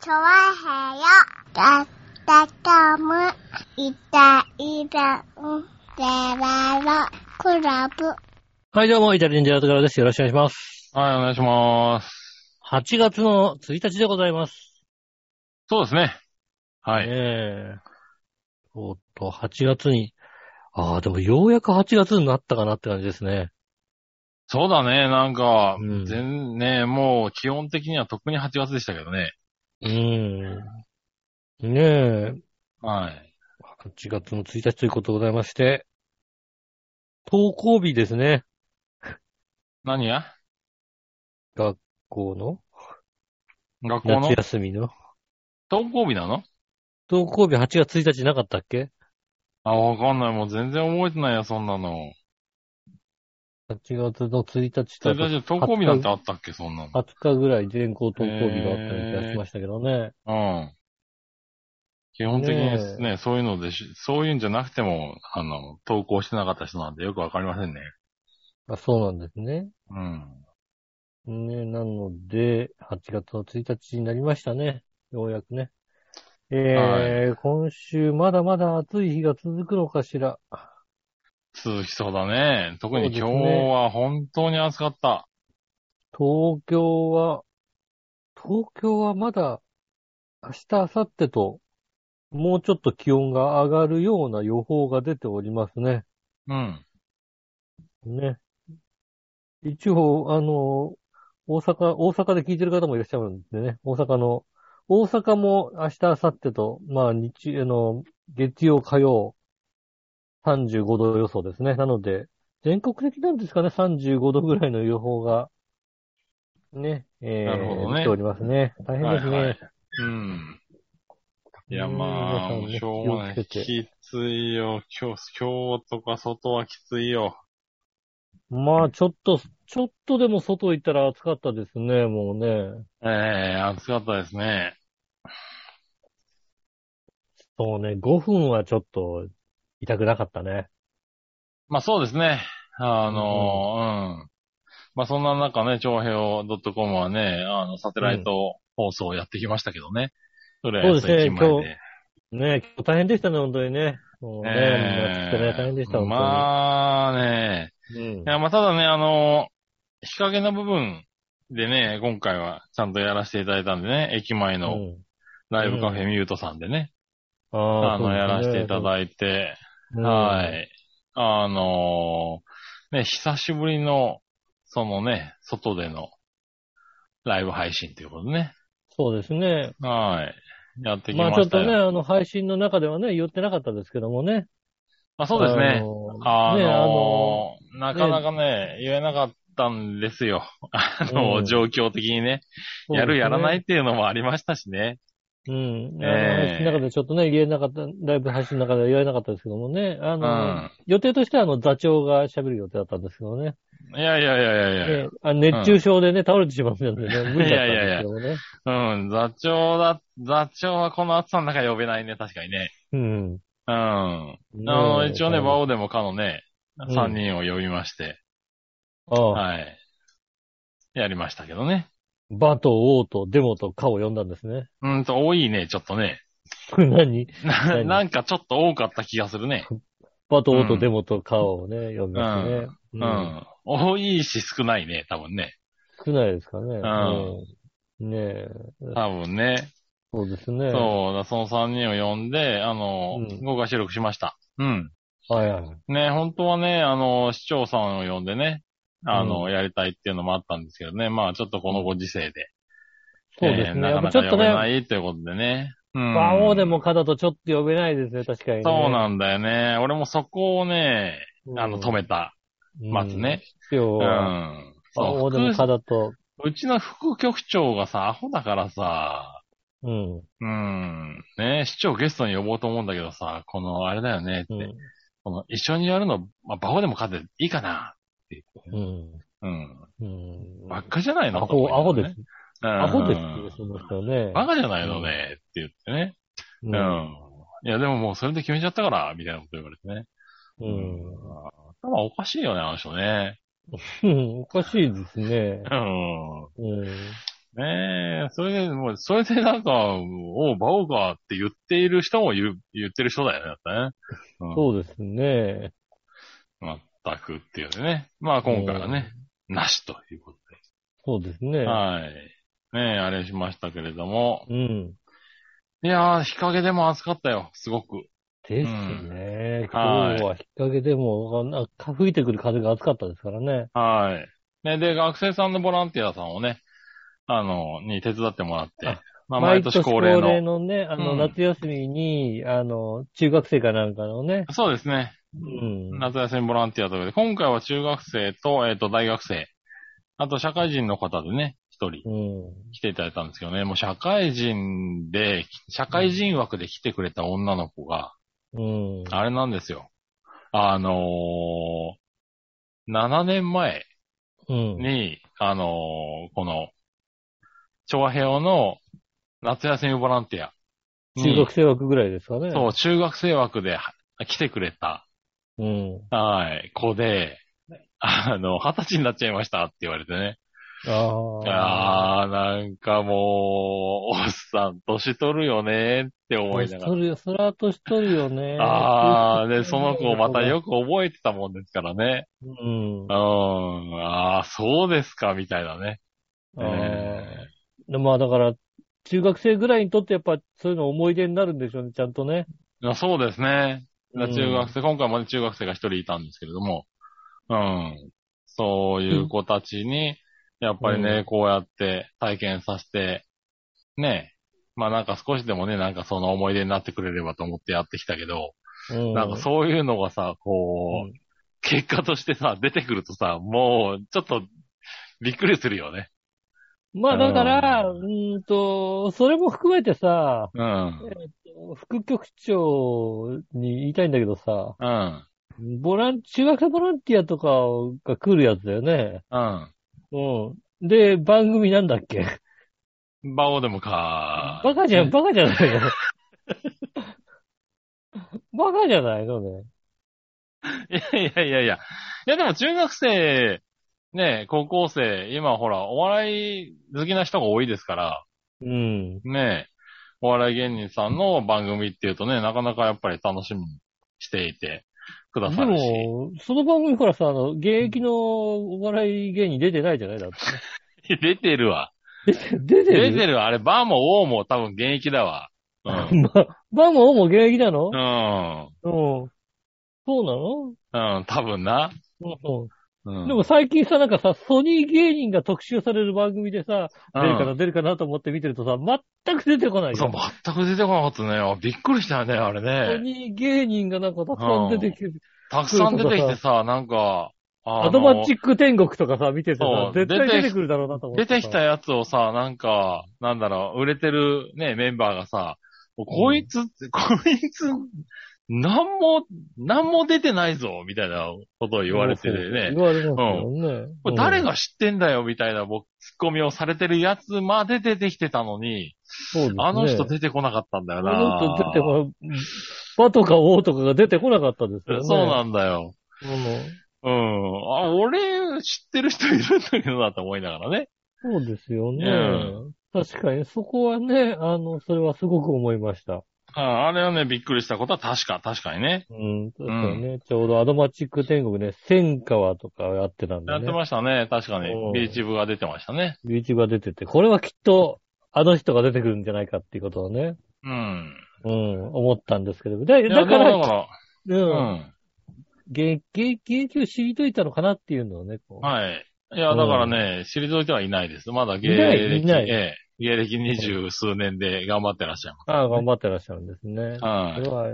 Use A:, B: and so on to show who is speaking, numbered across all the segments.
A: チョワヘヨだったかむいたいたんでららクラブ
B: はい、どうも、イタリアンジェラートからです。よろしくお願いします。
C: はい、お願いします。
B: 8月の1日でございます。
C: そうですね。はい。
B: ええおっと、8月に。ああ、でもようやく8月になったかなって感じですね。
C: そうだね、なんか、
B: うん
C: 全ね、もう基本的には特に8月でしたけどね。
B: うん。ねえ、
C: はい。
B: 8月の1日ということでございまして、登校日ですね。
C: 何や
B: 学校の
C: 学校の
B: 夏休みの。
C: 登校日なの
B: 登校日8月1日なかったっけ
C: あ、わかんない。もう全然覚えてないよ、そんなの。
B: ?8 月の1日と
C: それだけ登校日なんてあったっけ、そんなの。
B: 20日ぐらい全校登校日があったりしましたけどね。
C: うん。基本的に
B: ね
C: ね、そういうのでし、そういうんじゃなくても、あの、投稿してなかった人なんでよくわかりませんね。
B: あそうなんですね。
C: うん。
B: ね、なので、8月の1日になりましたね。ようやくね。えー今週まだまだ暑い日が続くのかしら。
C: 続きそうだね。特に
B: そ
C: 今
B: う
C: 日
B: ですね
C: は本当に暑かった。
B: 東京は、東京はまだ明日、明後日と、もうちょっと気温が上がるような予報が出ておりますね。
C: うん。
B: ね。一応、あの、大阪、大阪で聞いてる方もいらっしゃるんでね、大阪の、大阪も明日、明後日と、まあ、日、あの、月曜、火曜、35度予想ですね。なので、全国的なんですかね、35度ぐらいの予報が、ね、え
C: なるほど
B: ー、
C: ね
B: 出ておりますね。大変です
C: はいは
B: ね
C: い。うん。いや、
B: うん
C: まあ、もうしょうがな
B: 皆
C: い。
B: さんね気をつけて
C: きついよ。今日、今日とか外はきついよ。
B: まあ、ちょっと、ちょっとでも外行ったら暑かったですね、もうね。
C: ええ暑かったですね。
B: そうね、5分はちょっと、痛くなかったね。
C: まあそうですね。あの、うん。まあそんな中ね、長平を .com はね、あの、サテライト放送をやってきましたけどね。それは
B: そうですね
C: 駅前
B: 今日ねえ、今日大変でしたね、本当にね。もうね、
C: え
B: もう暑くてね、大変でした、本当
C: え
B: に。
C: まあね、
B: うん
C: いや、まあ、ただね、あの、日陰の部分でね、今回はちゃんとやらせていただいたんでね、駅前
B: う
C: の
B: ん
C: ライブカフェミュートさんでね、
B: あ
C: あの、やらせていた
B: い
C: だいて、
B: て
C: は。い。あのーね、久しぶりの、そのね、外でのライブ配信ということでね、
B: そうですね。
C: はい。やってき
B: ま
C: ま
B: あちょ
C: し
B: ったと
C: よ。
B: ね、あの、配信の中ではね、言ってなかったですけどもね。
C: まあ、そうですね。あ
B: あのね、あの、
C: のーなかなかね、言えなかったんですよ。あの、
B: うん
C: 状況的にね。
B: そうですね
C: やるやらないっていうのもありましたしね。
B: うん。あの
C: ええ
B: 配信の中でちょっとね、言えなかった、ライブ配信の中では言えなかったですけどもね。あ
C: う
B: の、
C: ん。
B: 予定としてはあの、座長が喋る予定だったんですけどね。
C: いやいやいやいやいや。
B: ねあ熱中症でね、倒れてしまったんでね、無理だったんですけどもね。
C: うん。座長だ、座長はこの暑さの中呼べないね、確かにね。
B: うん。
C: うん。あの、一応ね、馬王でもかのね、
B: うん
C: 3人を呼びまして、
B: 王
C: はい。やりましたけどね。
B: バと王とデモとカを呼んだんですね。
C: うんと、多いね、ちょっとね。
B: 何
C: な
B: 何
C: なんかちょっと多かった気がするね。
B: バと王
C: う
B: と
C: ん
B: デモとカをね、呼びましたね。う
C: う。ん。多いし少ないね、多分ね。
B: 少ないですからね。
C: ん
B: うんねえ、
C: 多分ね。
B: そうですね。
C: そうだ、その3人を呼んで、あの
B: うん、
C: 豪華収録しました。うん。
B: はいはい。
C: ね、本当はね、あの、市長さんを呼んでね、あの、やりたいっていうのもあったんですけどね、まあちょっとこのご時世で、
B: そうです
C: えー
B: ね。
C: な
B: や
C: か
B: っぱ
C: な
B: ち
C: か
B: ょっと
C: 呼べな
B: ね、
C: いということでね。うん
B: 馬王でもカだとちょっと呼べないですね、確かにね。
C: そうなんだよね。俺もそこをね、
B: うん
C: あの、止めた。まずね。
B: 必要
C: う
B: は。
C: ん。
B: 馬
C: そう
B: 王でも
C: 副
B: カだと、
C: うちの副局長がさ、アホだからさ、
B: うん。
C: うん。ね、市長ゲストに呼ぼうと思うんだけどさ、この、あれだよね、って
B: うん。
C: この、一緒にやるの、まあ、バオでも勝ていいかなって言って。
B: うん。
C: うん。
B: うん。
C: バっかじゃないの
B: アホ、アホです。。ア
C: ア
B: ホですって言うその人ね。
C: バカじゃないのね、って言ってね。
B: う
C: うん。いや、でももうそれで決めちゃったから、みたいなこと言われてね。
B: うん。
C: 頭おかしいよね、あの人ね。
B: うんおかしいですね
C: う。ん。
B: うん。
C: ねえ、それで、もう、それでなんか、おう、馬王かって言っている人も言う言ってる人だよね、だってね。うん
B: そうですね。
C: まったくっていうね。まあ今回はね、なしということ
B: そうですね。
C: で。はい。ねえ、あれしましたけれども。
B: うん。
C: いやー、日陰でも暑かったよ、すごく。
B: ですね。今
C: はい
B: 日は日陰でも、あなか吹いてくる風が暑かったですからね。
C: はい。ね、で、学生さんのボランティアさんをね、あの、に手伝ってもらって
B: あ、
C: まあ毎年恒例
B: 毎年恒
C: の。
B: ね、あの、
C: うん
B: 夏休みに、あの、中学生かなんかのね、
C: そうですね。
B: うん。
C: 夏休みボランティアということで、今回は中学生と、えっ、と、大学生、あと社会人の方でね、一人
B: うん。
C: 来ていただいたんですけどね、もう社会人で、社会人枠で来てくれた女の子が、
B: うん。
C: あれなんですよ。あのー、7年前
B: うん。
C: に、あのー、この、調和平和の夏休みボランティアに。
B: 中学生枠ぐらいですかね。
C: そう、中学生枠では来てくれた
B: う。うん。
C: はい、子で、あの、二十歳になっちゃいましたって言われてね。
B: ああ。
C: あー、なんかもう、おっさん、年取るよねって思いなが
B: 年取るよ、そら年取るよね。
C: ら。あー、で、その子をまたよく覚えてたもんですからね。
B: うん
C: う。ん、あー、そうですか、みたいなね。
B: あ
C: え
B: ーでまあだから、中学生ぐらいにとってやっぱそういうの思い出になるんでしょうね、ちゃんとね。
C: ーまあそうですね。中
B: うん
C: 学生、今回まで中学生が一人いたんですけれども、うん、そういう子たちに、やっぱりね、
B: う
C: こうやって体験させて、ね、まあなんか少しでもね、なんかその思い出になってくれればと思ってやってきたけど、
B: うん。
C: なんかそういうのがさ、こう、
B: うん
C: 結果としてさ、出てくるとさ、もう、ちょっと、びっくりするよね。
B: まあだから、
C: う
B: うーんと、それも含めてさ、
C: うん。
B: 副局長に言いたいんだけどさ、
C: うん。
B: ボラン、中学生ボランティアとかが来るやつだよね。
C: うん。
B: うん。で、番組なんだっけ
C: バオでもか。
B: バカじゃ、
C: ん。
B: バカじゃないのバカじゃないのね。
C: いやいやいやいや。いやでも中学生、ね、高校生、今ほら、お笑い好きな人が多いですから、
B: うん。
C: ね、お笑い芸人さんの番組っていうとね、なかなかやっぱり楽しみにしていてくだ
B: で
C: さるし。
B: も、その番組ほらさ、あの、現役のお笑い芸人出てないじゃないだって。
C: 出てるわ。
B: 出て
C: 出
B: る
C: てるわ。あれ、バーも王も多分現役だわ。うん。
B: ま、バモも現役なのう
C: う
B: ん。
C: ん。
B: そうなの
C: うん、多分な。
B: うん
C: うん。
B: でも最近さ、なんかさ、ソニー芸人が特集される番組でさ、
C: う
B: 出
C: ん
B: るかな、出るかなと思って見てるとさ、全く出てこないよ
C: そう、全く出てこなかったねあ。びっくりしたよね、あれ
B: ソ
C: ね。
B: ニー芸人がなんかたくさん出てきて、
C: たくさん出てきてさ、なんか、あの
B: アドバッチック天国とかさ、見てて
C: そ
B: さ
C: う、
B: 絶対
C: 出て
B: 出てくるだろうなと思っ
C: 出
B: て。
C: てきた。やつをさ、なんか、なんだろう、売れてるね、メンバーがさ、こいつ、 こいつ、なんも、なんも出てないぞ、みたいなことを言われて
B: そう
C: ね
B: 言。われますよね。
C: これ誰が知ってんだよ、みたいな、僕、ツッコミをされてるやつまで出てきてたのに、
B: うん
C: あの人
B: そうですね
C: 出てこなかったんだよ
B: あの人出てこ
C: な。
B: ない。バとか王とかが出てこなかったですよね。
C: そうなんだよ。
B: うん
C: うん。あ、俺、知ってる人いるんだけどな、と思いながらね。
B: そうですよね。
C: う
B: 確かに、そこはね、あの、それはすごく思いました。
C: ああれはね、びっくりしたことは確か、確かにね。
B: うん、確かにね、ちょうどアドマチック天国ね、千川とかやってたんで
C: やって
B: ね。
C: ましたね。確かに
B: うん。
C: ビーチ部が出てましたね。
B: ビーチが出てて、これはきっと、あの人が出てくるんじゃないかっていうことをね、
C: うん。
B: うん、思ったんですけど。だ
C: いや
B: だから、
C: だか
B: う、
C: ら、うんん。
B: 現現現役を知りといたのかなっていうのをね、こう。
C: はい。いや、だからね、知りといてはいないです。まだ芸歴、
B: いないいない
C: ええ芸歴二十数年で頑張ってらっしゃい
B: ああ、頑張ってらっしゃるんですね。
C: ます。は
B: それは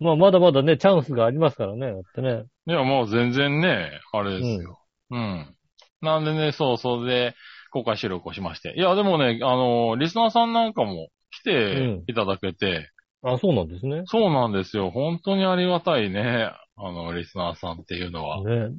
B: まあ、まだまだね、チャンスがありますからね、だってね。
C: い。いや、もう全然ね、あれですよ。うん。なんでね、そう、それで、公開収録をしまして。いや、でもね、あの、リスナーさんなんかも来ていただけて、
B: あそうなんですね。
C: そうなんですよ。本当にありがたいね。あの、リスナーさんっていうのは。
B: ね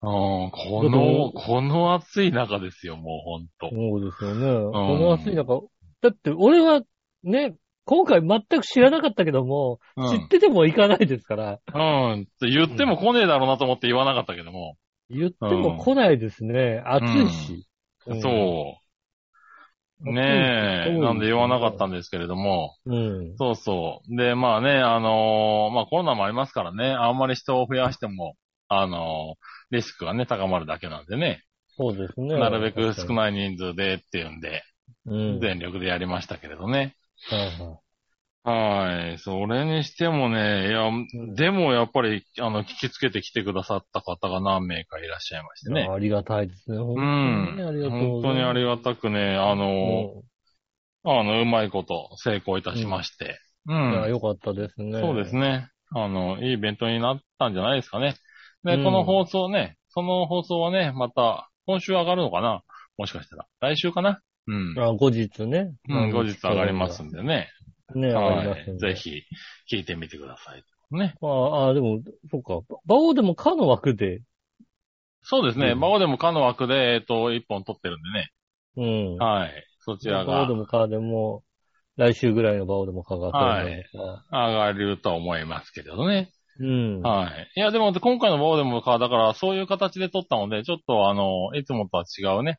C: うん、こ
B: だ
C: の、
B: と
C: この暑い中ですよ、もうほんと。
B: そうですよね。この暑い中、だって俺はね、今回全く知らなかったけども、
C: う
B: 知っ
C: ん。
B: てても行かないですから、
C: うん。って言っても来ねえだろうなと思って言わなかったけども。
B: 言っても来ないですね。暑いし。うん
C: そう。ね
B: う
C: え、
B: ん
C: なんで言わなかったんですけれども、
B: うん。
C: そうそう。で、まあね、あのーまあコロナもありますからね、あんまり人を増やしても、あのーリスクがね、高まるだけなんでね、
B: そうですね。
C: なるべく少ない人数でっていうんで、
B: うん。
C: 全力でやりましたけれどね。
B: はいはい
C: はい。それにしてもね、いや、でもやっぱり、あの、聞きつけてきてくださった方が何名かいらっしゃいましてね。
B: ありがたいですね。本
C: う
B: 当に
C: ん
B: ねあり。がとう
C: 本
B: ござ
C: 当に
B: い
C: あ
B: ます
C: りがたくね、あの、
B: うん
C: あの、うまいこと成功いたしまして。う
B: いや、
C: ん。
B: 良かったですね。
C: そうです
B: ね。
C: ね。あの、いいイベントになったんじゃないですかね。で、
B: うん
C: この放送ね、その放送はね、また、今週上がるのかなもしかしたら。来週かなうん。
B: あ、後日ね。
C: うん、後日上がります。んでね。
B: ね、上が
C: は
B: りますん
C: い。
B: で
C: ぜ。ひ、聞いてみてください。ね。
B: まあ、あ、でも、そっか。馬王でもかの枠で、
C: そうですね。
B: うん
C: 魔王でもかの枠で、えっと、一本取ってるんでね。
B: うん。
C: はい。そちら
B: 馬王
C: が
B: でもかでも、来週ぐらいの馬王でもかが取れるのか
C: 上がると思いますけれどね。
B: うん。
C: はい。いや、でも、今回の魔王でもか、だから、そういう形で撮ったので、ちょっと、あの、いつもとは違うね、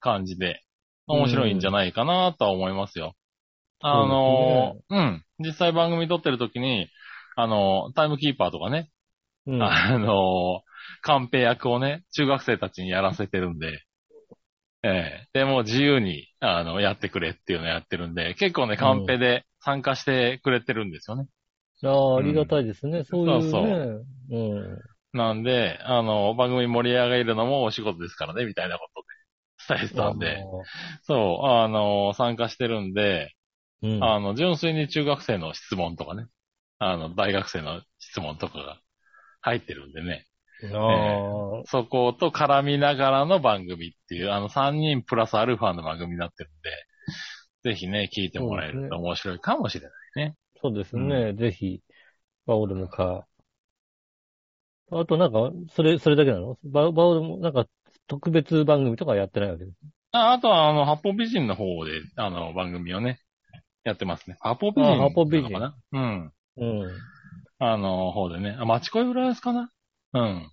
C: 感じで、面白いんじゃないかなとは思いますよ。あの、うん。実際番組撮ってる時に、あの、タイムキーパーとかね、
B: うん。
C: あの、カンペ役をね、中学生たちにやらせてるんで、ええで、もう自由に、あの、やってくれっていうのをやってるんで、結構ね、カンペで参加してくれてるんですよね。
B: あありがたいですね。そういうね。
C: そう
B: うん。
C: なんで、あの、番組盛り上げるのもお仕事ですからね、みたいなことで、伝えてたんで、そう、あの、参加してるんで、
B: あの、うん。
C: あの、純粋に中学生の質問とかね、あの、大学生の質問とかが入ってるんでね、
B: ああ
C: そこと絡みながらの番組っていう、あの3人プラスアルファの番組になってるんで、ぜひね、聞いてもらえ
B: そうで
C: る
B: す
C: と
B: ね
C: 面白いかもしれない。
B: そうですね。ぜひ、バオルムか。あとなんか、それ、それだけなのババオルム、なんか、特別番組とかやってないわけです。
C: ああとは、あの、八方美人の方で、あの、番組をね、やってますね。八方美人
B: あ八方美人
C: なのかなうん。
B: うん。
C: あの、方でね。あ、町恋浦安かなうん。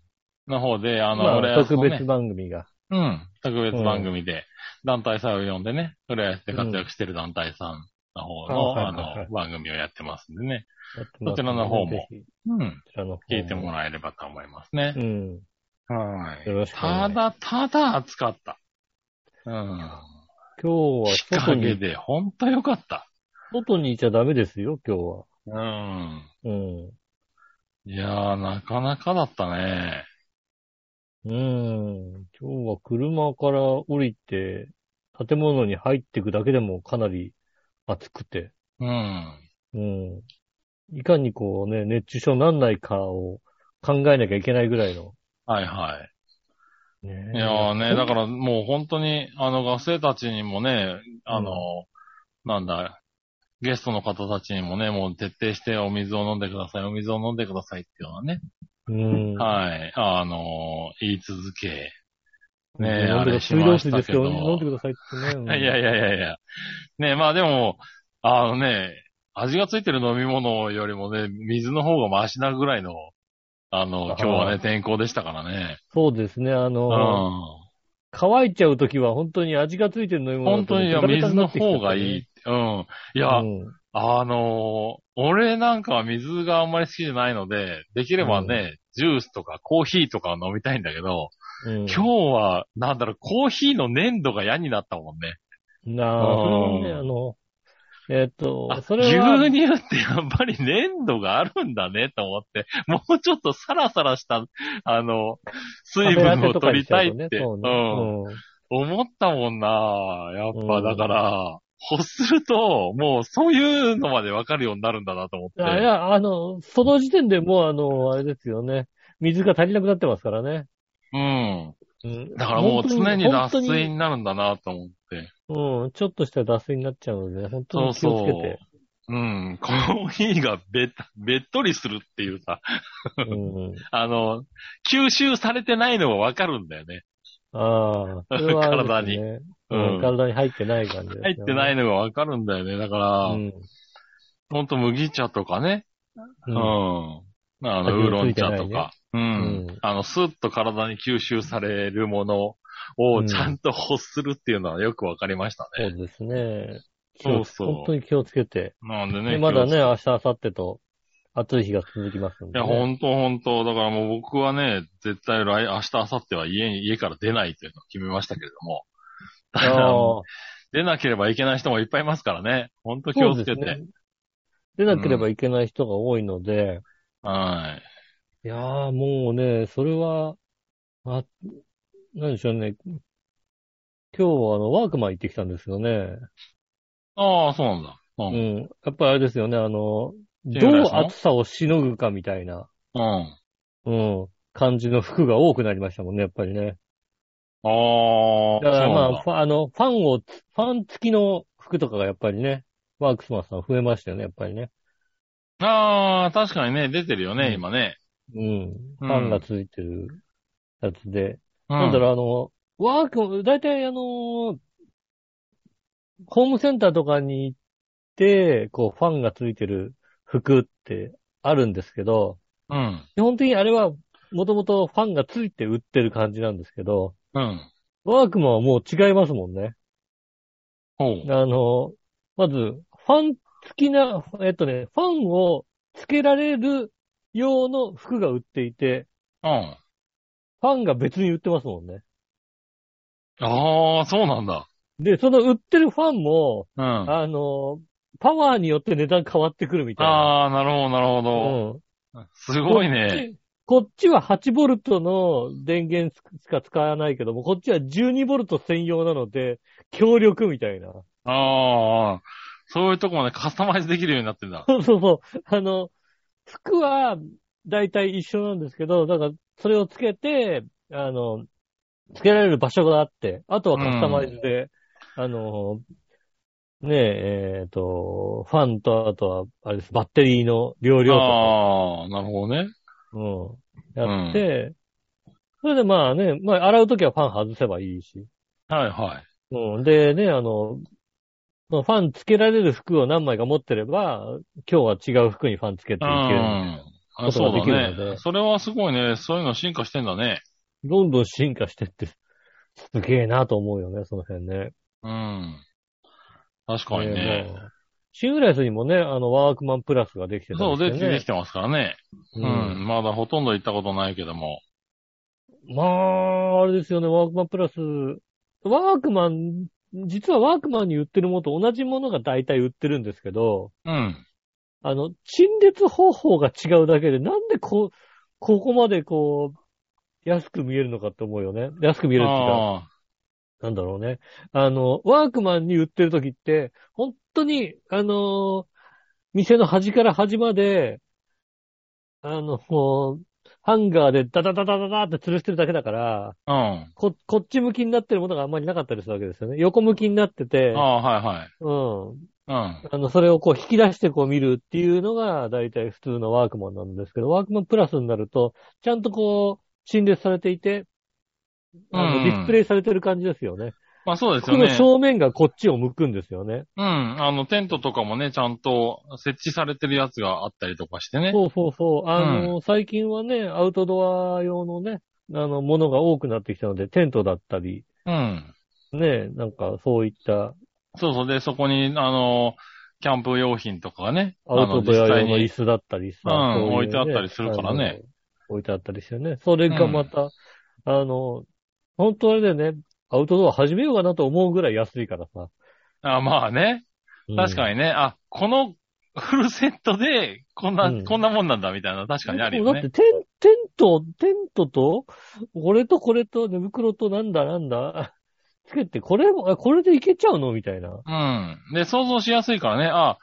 C: の方で、あの、
B: まあ
C: 浦安
B: 特
C: のね
B: 別番組が。
C: うん。特別番組で、団体さんを呼んでね、浦安で活躍してる団体さんの
B: う
C: 方の、
B: んあ
C: あ
B: はいはいはい
C: の、番組をやってますんでね。
B: やってますね
C: そちらの方も
B: ぜひ
C: うん。
B: そちらの方も
C: 聞いてもらえればと思いますね
B: う。ん。
C: はい
B: よろしくお願
C: た
B: いし
C: だ、ただ暑かった。うん。
B: 今日は
C: 日
B: 外
C: 陰
B: に、
C: でほんとよかった。
B: 外にいちゃダメですよ、今日は。
C: うん。
B: うん。
C: いやー、なかなかだったね。
B: うん。今日は車から降りて、建物に入っていくだけでもかなり暑くて。
C: うん。
B: うん。いかにこうね、熱中症になんないかを考えなきゃいけないぐらいの。
C: はいは
B: ね
C: い。いやーね、だからもう本当に、あの学生たちにもね、あの、なんだ、ゲストの方たちにもね、もう徹底してお水を飲んでください、お水を飲んでくださいっていうのはね、
B: うん。
C: はい、あの言い続け、
B: 飲
C: ねえ
B: んで
C: あれ
B: くだ
C: しましたけど
B: 水道水ですよ。飲んでくださいってね。うん
C: いやいやいやいや。ねまあでも、あのね、味がついてる飲み物よりもね、水の方がマシなぐらいの、あの、今日は
B: あ
C: ね、天候でしたからね。
B: そうですね。あ
C: う
B: の、
C: ん。
B: 乾いちゃうときは本当に味がついてる飲み物
C: 本
B: だと
C: 当に、い
B: 思
C: や、
B: うと
C: 水の方がいい。。うん。いや、
B: うん
C: あの俺なんかは水があんまり好きじゃないので、できればね、ジュースとかコーヒーとか飲みたいんだけど、
B: うん
C: 今日は、なんだろう、コーヒーの粘度が嫌になったもんね。
B: なあ、
C: うん
B: それもね、あの、えっと
C: あ、
B: それは、
C: 牛乳ってやっぱり粘度があるんだねと思って、 もうちょっとサラサラした、あの、水分を取りたいって、
B: そう
C: う
B: ね。
C: ん
B: うん
C: 思ったもんなやっ
B: う
C: ぱ
B: ん
C: だから、欲すると、もうそういうのまでわかるようになるんだなと思って。
B: あいや、あの、その時点でもうあの、あれですよね。水が足りなくなってますからね。
C: うん。
B: うん
C: だからもう常に脱。
B: 本当
C: 水
B: に
C: になるんだなと思って。
B: うん、ちょっとした脱水になっちゃうので、本当
C: そう
B: に気をつ
C: そ
B: け
C: う
B: て。。
C: うん。コーヒーがべった、べっとりするっていうさ、
B: うん。
C: あの、吸収されてないのもわかるんだよね。
B: ああ、それはあれですね、
C: うん
B: うん体に入ってない感じです、ね。。
C: 入ってないいのがわかるんだよね。だから、
B: うん。
C: ほんと麦茶とかね。
B: う
C: うんん。あ
B: 味
C: の、ウー
B: の
C: ロ
B: つ
C: ン
B: いて
C: 茶
B: ないね
C: とか。う
B: うん
C: ん。あの、スッと体に吸収されるものを
B: うん
C: ちゃんと欲するっていうのはよくわかりました
B: そ
C: ね。
B: うですね。
C: そうそう
B: 本当に気をつけて。
C: なんで
B: で
C: ね。
B: まだ
C: 気を
B: ね、明日、明後日と暑い日が続きますん
C: つ
B: で、
C: け。いや、
B: ね。
C: 本当本当だからもう僕はね、絶対来、明日、明後日は家に、 家から出ないというのを決めましたけれども。だから
B: ああ
C: 出なければいけない人もいっぱいいますからね。本当気をつけ
B: そうです
C: て。
B: ね出なければいけない人が多いので、
C: はい。
B: いやーもうね、それは、あ、なんでしょうね。今日はあの、ワークマン行ってきたんですよね。
C: ああ、そうなんだ。う。
B: うんん。やっぱりあれですよね、あの、
C: 木
B: どう
C: 村さん
B: 暑さをしのぐかみたいな、
C: うん。
B: うん、感じの服が多くなりましたもんね、やっぱりね。
C: ああ、
B: だからま
C: そう
B: あ、ファあの、ファンを、ファン付きの服とかがやっぱりね、ワークスマンさん増えましたよね、やっぱりね。
C: なんだああ、確かにね、出てるよね、
B: うん
C: 今ね。
B: うん。フ
C: うん
B: ァンがついてるやつで。
C: うん、
B: なんだろう、あの、ワーク、だいたいあのー、ホームセンターとかに行って、こう、ファンがついてる服ってあるんですけど、
C: うん。
B: 基本的にあれは、もともとファンがついて売ってる感じなんですけど、
C: うん。
B: ワークマンはもう違いますもんね。
C: ほう。
B: あの、まず、ファン付きな、えっとね、ファンをつけられる用の服が売っていて、
C: うん。
B: ファンが別に売ってますもんね。
C: ああ、そうなんだ。
B: で、その売ってるファンも、
C: うん。あ
B: あの、パワーによって値段変わってくるみたいな。
C: あー、なるほど、なるほど。
B: うん。
C: すごいね。
B: こっちは8ボルトの電源しか使わないけども、こっちは12ボルト専用なので、強力みたいな。
C: ああ、そういうとこまで カスタマイズできるようになってんだ。
B: そうそうそう。あの、服は大体一緒なんですけど、だからそれをつけて、あの、つけられる場所があって、あとはカスタマイズで、あの、ねえ、えっ、と、ファンと、あとは、あれです、バッテリーの容量とか。
C: ああ、なるほどね。
B: うん。やって、それでまあね、まあ洗うときはファン外せばいいし。
C: はいはい。
B: うん。でね、あの、まあファンつけられる服を何枚か持ってれば、今日は違う服にファンつけていけ
C: う
B: る。
C: ん。あ
B: こと
C: そう
B: がで
C: だ
B: きるので
C: ね。それはすごいね。そういうの進化してんだね。
B: どんどん進化してって、すげえなと思うよね、その辺ね。
C: うん。確かにね。
B: もうシングライスにもね、あの、ワークマンプラスができてた
C: そ
B: ん
C: う、
B: で
C: ですき
B: よ
C: て
B: ね
C: き。てますからね。
B: う
C: うん。まだほとんど行ったことないけども。
B: まあ、あれですよね、ワークマンプラス。ワークマン、実はワークマンに売ってるものと同じものが大体売ってるんですけど、
C: うん。
B: あの、陳列方法が違うだけで、なんでこう、ここまでこう、安く見えるのかって思うよね。安く見えるっていうか、
C: あ
B: なんだろうね。あの、ワークマンに売ってる時って、本当に、あのー店の端から端まで、あの、こうハンガーでダダダダダダって吊るしてるだけだから、
C: あ、うん。
B: こ、こっち向きになってるものがあんまりなかったりするわけですよね。横向きになってて、
C: ああ、はいはい。
B: うん。
C: うん。
B: あの、それをこう引き出してこう見るっていうのが大体普通のワークマンなんですけど、ワークマンプラスになると、ちゃんとこう、陳列されていて、あ
C: う
B: の、
C: ん
B: ディスプレイされてる感じですよね。
C: まあそうです
B: こ
C: よ
B: の
C: ね。
B: 正面がこっちを向くんですよね。
C: うん。あの、テントとかもね、ちゃんと設置されてるやつがあったりとかしてね。
B: そうそうそう。あの、最近はね、アウトドア用のね、あの、ものが多くなってきたので、テントだったり、
C: うん。
B: ね、なんかそういった
C: そうそう。で、そこに、あの、キャンプ用品とかがね、あ
B: アウ
C: の、
B: トド
C: 実
B: ア
C: 際
B: 用の椅
C: に。
B: 子だったりさ。
C: うん
B: そういうね
C: 置いてあったりするからね。
B: あの置いてあったりしてね。それがまた、あの、本当あれだよね、アウトドア始めようかなと思うぐらい安いからさ。
C: あまあね。確か
B: に。
C: にね。あ、このフルセットで、こんな、
B: うん
C: こんなもんなんだ、みたいな、確かにあるよ
B: だって
C: ね。
B: テン、テント、テントと、これとこれと寝袋となんだなんだ、 つけて、これ、あこれでいけちゃうのみたいな。
C: うん。で、想像しやすいからね。あ、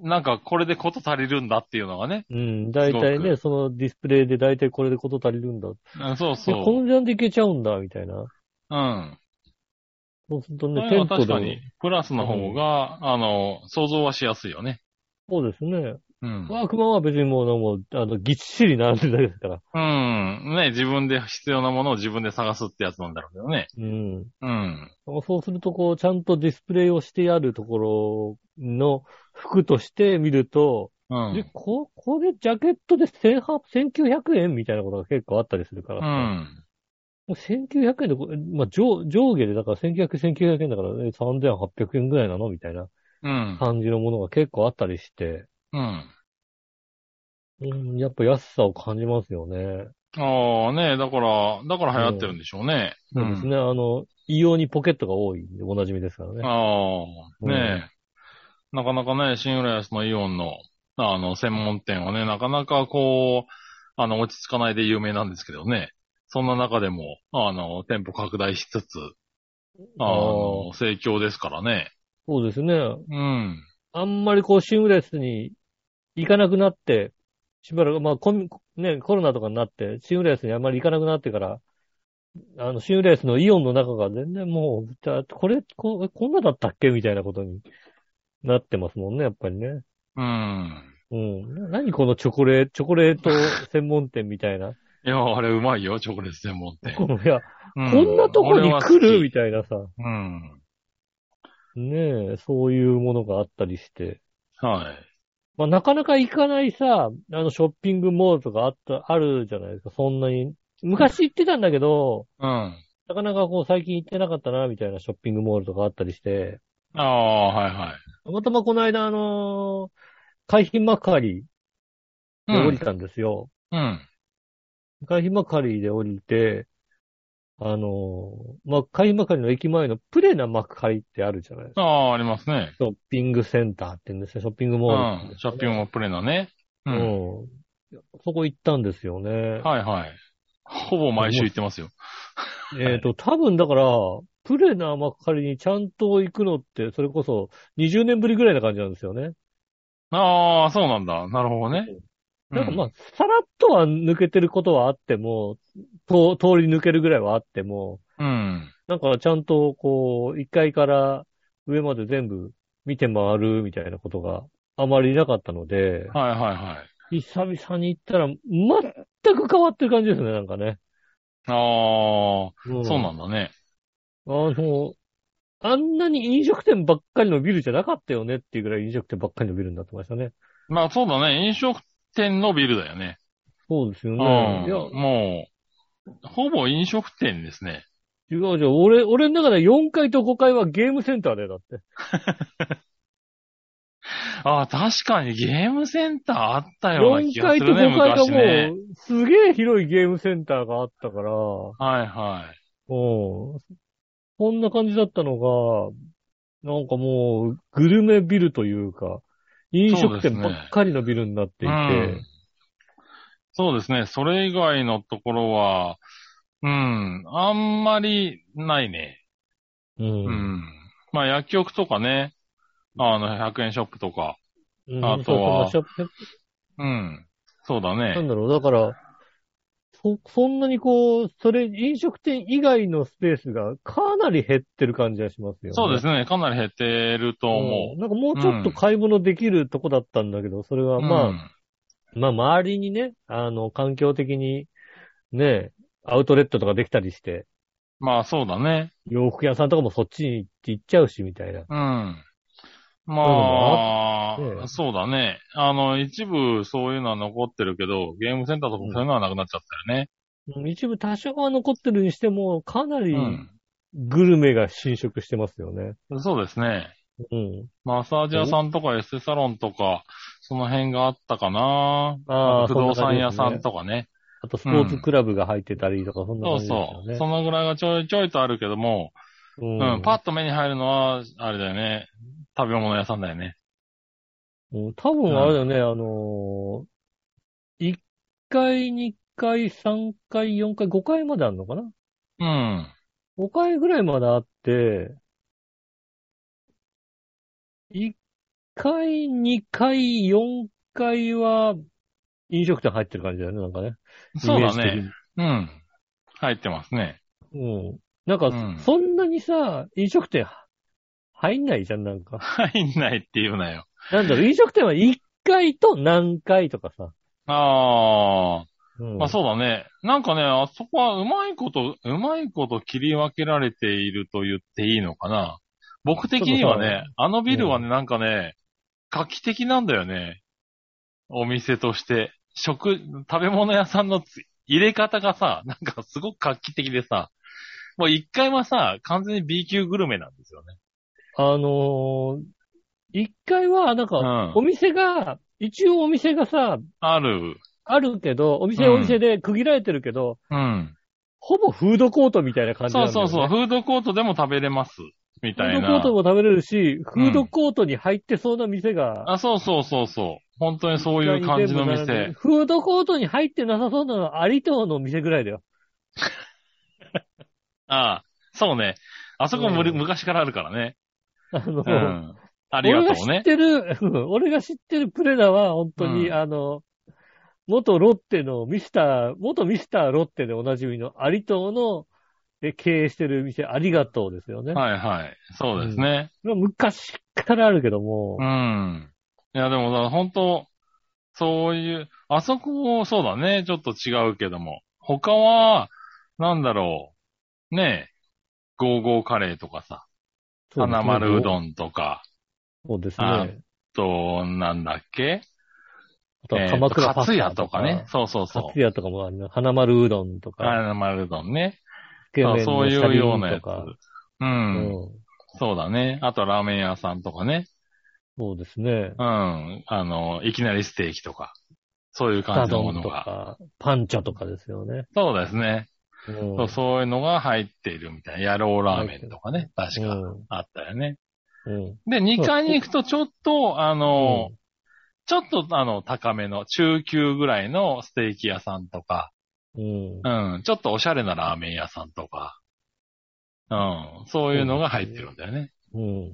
C: なんかこれでこと足りるんだっていうのがね。
B: うん。大体ね、そのディスプレイで大体これでこと足りるんだ。
C: うん、そう
B: でこ
C: そ
B: の値段でいけちゃうんだ、みたいな。
C: う。うん。
B: そうすると
C: そ
B: ね、
C: れ
B: テ
C: は
B: ント
C: 確
B: で
C: か
B: も。
C: に、プラスの方が、あの、想像はしやすいよね。
B: そうですね。
C: うん。
B: ワークマンは別にもう、もう、あの、ぎっしり並んでるだけですから。
C: うん。ね、自分で必要なものを自分で探すってやつなんだろうけどね。
B: うん。
C: うん。
B: そうすると、こう、ちゃんとディスプレイをしてあるところの服として見ると、
C: う
B: で
C: ん。
B: こ、これジャケットで1800 1900円みたいなことが結構あったりするか
C: う
B: らさ、
C: ん。
B: 1900円でこれ、まあ、上、上下で、だから1900、1900円だから、ね、3800円ぐらいなのみたいな
C: うん。
B: 感じのものが結構あったりして、
C: うん。
B: うん、やっぱ安さを感じますよね。
C: ああ、ねだから、だから流行ってるんでしょうね。
B: そうですね。あの、異様にポケットが多いんでおなじみですから
C: うん
B: ね。
C: ああ、ねえ。なかなかね、新浦安のイオンの、あの、専門店はね、なかなかこう、あの、落ち着かないで有名なんですけどね。そんな中でも、あの、店舗拡大しつつ、あの、盛況ですからね。
B: そうですね。
C: うん。
B: あんまりこう、シングレスに行かなくなって、しばらく、まあコミ、ね、コロナとかになって、シングレスにあんまり行かなくなってから、あの、シングレスのイオンの中が全然もう、じゃあこれこ、こんなだったっけみたいなことになってますもんね、やっぱりね。
C: うん。
B: うん。な何このチョコレート、チョコレート専門店みたいな。
C: いや、あれうまいよ、チョコレート専門店。
B: このいや、
C: う
B: こんなとこに来るみ
C: た
B: たいなさ。
C: いな。うん。
B: ねえ、そういうものがあったりして。
C: はい。
B: まあ、なかなか行かないさ、あの、ショッピングモールとかあった、あるじゃないですか、そんなに。昔行ってたんだけど、
C: うん。あ
B: なかなかこう最近行ってなかったな、みたいなショッピングモールとかあったりして、
C: あ、はいはい。
B: たまたまこの間、あのー海浜幕張
C: う
B: で降り
C: ん。
B: たんですよ。
C: うん。
B: 海浜幕張で降りて、あのーまあ、海浜幕張の駅前のプレナ幕張ってあるじゃないですか。
C: ああ、ありますね。
B: ショッピングセンターって言うんですよ、ショッピング
C: う
B: モールって言うん
C: ん
B: で。す
C: シ
B: よ
C: ョ
B: ね、
C: ッピングモールプレーナね。うん。
B: うん。そこ行ったんですよね。
C: はいはい。ほぼ毎週行ってますよ。
B: えっ、と、多分だから、プレナー幕張にちゃんと行くのって、それこそ20年ぶりぐらいな感じなんですよね。
C: ああ、そうなんだ。なるほどね。
B: なんかま
C: あ、
B: あ、さらっとは抜けてることはあっても、と通り抜けるぐらいはあっても、
C: うん。
B: なんかちゃんとこう、1階から上まで全部見て回るみたいなことがあまりなかったので、
C: はいはいはい。
B: 久々に行ったら全く変わってる感じですね、なんかね。
C: ああ、
B: うん
C: そうなんだね。
B: あの、あんなに飲食店ばっかりのビルじゃなかったよねっていうぐらい飲食店ばっかりのビルになってましたね。
C: まあそうだね。飲食店のビルだよね。
B: そうですよ
C: うん。
B: ね。いや、
C: もう、ほぼ飲食店ですね。
B: 違うじゃん。俺、俺の中で4階と5階はゲームセンターだよ、だって。
C: ああ、確かにゲームセンターあったような気
B: 4
C: が
B: 階
C: す
B: と
C: る
B: 5
C: ね、
B: 階がもう、
C: 昔ね。
B: すげえ広いゲームセンターがあったから、
C: はいはい。
B: うん。こんな感じだったのが、なんかもう、グルメビルというか、飲食店ばっかりのビルになっていて、
C: うんそうですね。それ以外のところは、うん、あんまりないね。
B: うん
C: うん。まあ薬局とかね、あの、100円ショップとか、
B: うん
C: あとは
B: そうそう
C: うん。そうだ
B: なん
C: ね。
B: だろう、だから、そ、そんなにこう、それ、飲食店以外のスペースがかなり減ってる感じがしますよね。
C: そうですね。かなり減ってると思
B: んなんかもうちょっと買い物できるとこだったんだけど、それ
C: う。
B: はまあ、
C: うん
B: まあ周りにね、あの、環境的に、ね、アウトレットとかできたりして、
C: まあそうだね。
B: 洋服屋さんとかもそっちに行っちゃうし、みたいな。
C: うん。
B: うの
C: ま
B: もあって
C: あ、そうだね。あの、一部そういうのは残ってるけど、ゲームセンターとかもそういうのはなくなっちゃったよね。
B: うん一部多少は残ってるにしても、かなり
C: うん。
B: グルメが侵食してますよね。
C: そうですね。
B: うん。
C: マッサージ屋さんとかエステサロンとか、その辺があったかな。
B: ああ
C: 不動産屋さんとかね。
B: あと、スポーツクラブが入ってたりとか、そんな
C: そ
B: 感
C: う
B: じですよ
C: そう。
B: ね。
C: そのぐらいがちょいちょいとあるけども、
B: う
C: うんん、パッと目に入るのは、あれだよね。食べ物屋さんだよね。
B: うん多分あれだよね、あのー、1階、2階、3階、4階、5階まであるのかな
C: うん。
B: ?5 階ぐらいまであって、1階、2階、4階は飲食店入ってる感じだよね、なんかね。
C: そ
B: イ
C: うだ
B: メージ的
C: ね。
B: に。
C: うん。入ってますね。
B: うん。なんか、
C: うん
B: そんなにさ、飲食店入んないじゃん、なんか。
C: 入んないっていうなよ。
B: なんだろう、飲食店は1階と何階とかさ。
C: ああ、
B: うん
C: まあそうだね。なんかね、あそこはうまいこと、うまいこと切り分けられていると言っていいのかな。僕的には
B: そうだ
C: ね
B: ね、
C: あのビルはね、なんかね、画期的なんだよね。お店として。食、食べ物屋さんのつ入れ方がさ、なんかすごく画期的でさ、もう一回はさ、完全に B 級グルメなんですよね。
B: あのー一回は、なん
C: う
B: か、
C: ん
B: お。店が、一応お店がさ、
C: ある。
B: あるけど、お店
C: うん
B: お店で区切られてるけど、
C: うん。
B: ほぼフードコートみたいな感じ
C: そ
B: な
C: う
B: の。
C: そうそう。フードコートでも食べれます。み
B: フ
C: た
B: ー
C: い
B: ドコ
C: な
B: ー。トも食べれるし、フードコートに入ってそうな店が、
C: あ、そうそうそうそう。本当にそういう感じの店。
B: フードコートに入ってなさそうなのは有東の店ぐらいだよ。
C: ああ、そうね。あそこむり、
B: うん
C: 昔からあるからね。
B: あの、
C: うん。あり
B: 俺
C: が
B: が知
C: とう
B: っ
C: ね。
B: てる、うん俺が知ってるプレダは本当に、
C: うん
B: あの、元ロッテのミスター、元ミスターロッテでおなじみの有東の、で経営してる店、ありがとうですよね。
C: はいはい。そうですね。
B: 昔からあるけども、
C: うん。いや、でも、だから本当、そういう、あそこ、そうだね。ちょっと違うけども。他は、なんだろう。ねえ。ゴーゴーカレーとかさ。
B: そうですね
C: 花丸うどんとか。
B: そうですね。
C: あ
B: あ
C: と、なんだっけ
B: とは鎌倉パ
C: カ
B: スタ
C: ツヤとかね。。そうそうそ
B: カ
C: う
B: ツ。ヤとかもあるな花丸うどんとか、
C: 花丸うどんね。
B: つけ
C: そう
B: 麺
C: そう
B: の
C: い
B: シャ
C: う
B: リ
C: よう
B: ン
C: なや
B: と
C: つ。
B: か。
C: う。
B: うんん。
C: そうだね。あとラーメン屋さんとかね。
B: そうですね。
C: うん。あの、いきなりステーキとか。そういう感
B: カ
C: じのも
B: 丼
C: の
B: と
C: が。
B: か、パンチャとかですよね。
C: そうですね、
B: うん
C: そう。そういうのが入っているみたいな。野郎ラーメンとかね。確か、あったよね。
B: うん。うん
C: で、2階に行くとちょっと、あの、
B: う
C: ちょっとあの、高めの、中級ぐらいのステーキ屋さんとか。
B: うん。
C: うん。ちょっとおしゃれなラーメン屋さんとか。うん。そういうのが入ってるんだよね。
B: うん。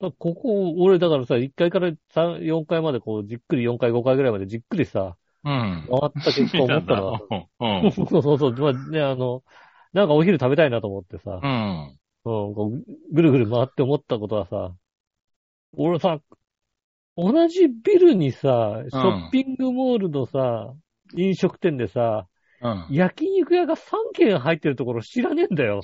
B: だここ、俺、だからさ、1階から3、4階までこう、じっくり、4階、5階ぐらいまでじっくりさ、
C: うん。
B: 回った結果思ったの は、
C: うん。うん
B: そうそうそう、まあね、あの、なんかお昼食べたいなと思ってさ、
C: うん。
B: うん、こうぐるぐる回って思ったことはさ、俺さ、同じビルにさ、ショッピングモールのさ、飲食店でさ、
C: うん。い
B: 焼肉屋が3軒入ってるところ知らねえんだよ。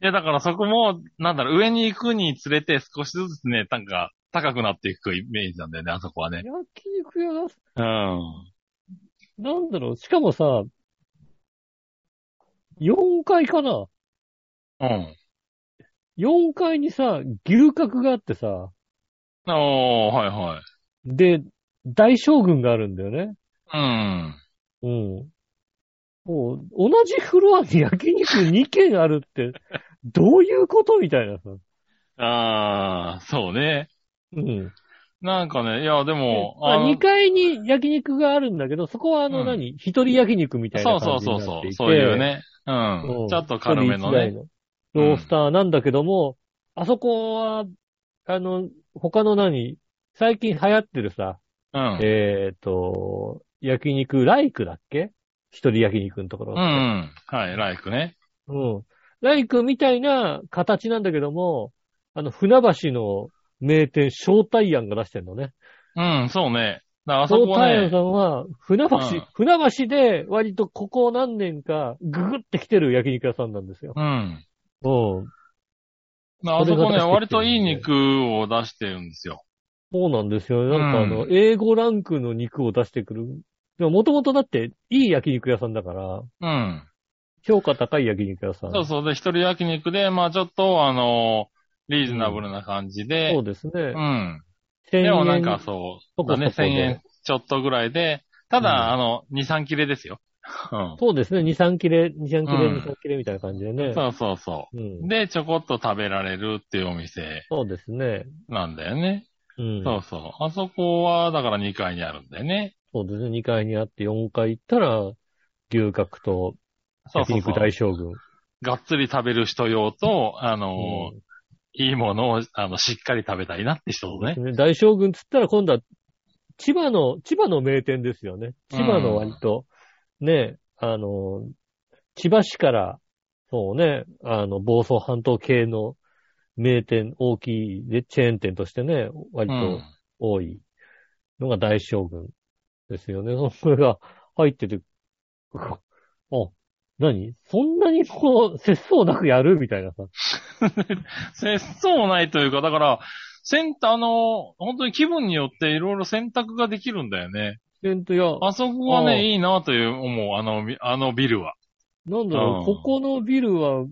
C: や、だからそこも、なんだろう、上に行くにつれて少しずつね、なんか、高くなっていくイメージなんだよね、あそこはね。
B: 焼肉屋が、
C: うん。
B: なんだろう、しかもさ、4階かな
C: うん。
B: ?4 階にさ、牛角があってさ、
C: おー、はいはい。
B: で、大将軍があるんだよね。
C: うん。
B: うん。もう、同じフロアに焼肉2軒あるって、どういうことみたいなさ。
C: あー、そうね。
B: うん。
C: なんかね、いや、でも、
B: まあ、
C: の
B: 2階に焼肉があるんだけど、そこはあ
C: う
B: の
C: ん
B: 何、一人焼肉みたい
C: そう
B: な
C: そ
B: 感
C: う
B: じに
C: そう
B: なっ
C: そ。
B: ていうて。
C: そういうね。うん
B: うん。
C: ちょっと軽め
B: 一人
C: の
B: 一台
C: ね。
B: のロースターなんだけども、あそこは、あの、他の何、最近流行ってるさ、
C: うん。
B: えっ、と、焼肉ライクだっけ一人焼肉のところ
C: う。ん。はい、ライクね。
B: うん。ライクみたいな形なんだけども、あの、船橋の名店、正体庵が出してんのね。
C: うん、そうね。だからあそ
B: 正
C: こは
B: 体
C: ね
B: 庵さ、んは、船橋、
C: うん
B: 船橋で割とここ何年かググってきてる焼肉屋さんなんですよ。
C: うん。
B: うん。
C: まああそこ
B: これ
C: ね、
B: が出
C: 割
B: してきてるんで
C: といい肉を出してるんですよ。
B: そうなんですよね。なんかあの、
C: う
B: 英語ランクの肉を出してくる。でももともとだって、いい焼肉屋さんだから、
C: うん。
B: 評価高い焼肉屋さん。
C: そうそう。で、一人焼肉で、まあちょっと、あのリーズナブルな感じで
B: そ、うですね
C: う。ん。
B: 1000
C: でもなん
B: 円
C: かそう、
B: そこ
C: だね、
B: そこ
C: 1000
B: で
C: 円ちょっとぐらいで、ただ、
B: うん
C: あの、2、3切れですよ。うん
B: そうですね。2、3切れ、2、3切れ、
C: うん
B: 2、3切れみたいな感じでね。
C: そうそうそうう。
B: ん。
C: で、ちょこっと食べられるっていうお店
B: そうですね。
C: なんだよね。
B: うん。
C: そうそう。あそこは、だから2階にあるんだよね。
B: そうですね。2階にあって4階行ったら、牛角と焼
C: そうそうそ
B: 肉
C: う
B: 大。将軍。
C: がっつり食べる人用と、あの
B: うん
C: いいものを、あの、しっかり食べたいなって人とね。
B: ね大将軍つったら今度は、千葉の、千葉の名店ですよね。千葉の割と、ね、あの、千葉市から、そうね、あの、房総半島系の名店、大きいで、チェーン店としてね、割
C: う
B: と
C: ん
B: 多いのが大将軍ですよね。それが入ってて、あ、何そんなにこう、節操なくやるみたいなさ。
C: 節操もないというか、だから、選択、あの、本当に気分によっていろいろ選択ができるんだよね。
B: えっと、いや、
C: あそこは
B: ああ
C: ね、いいなという思う、あのビ、あのビルは。
B: なんだろう、
C: うん
B: ここのビルは、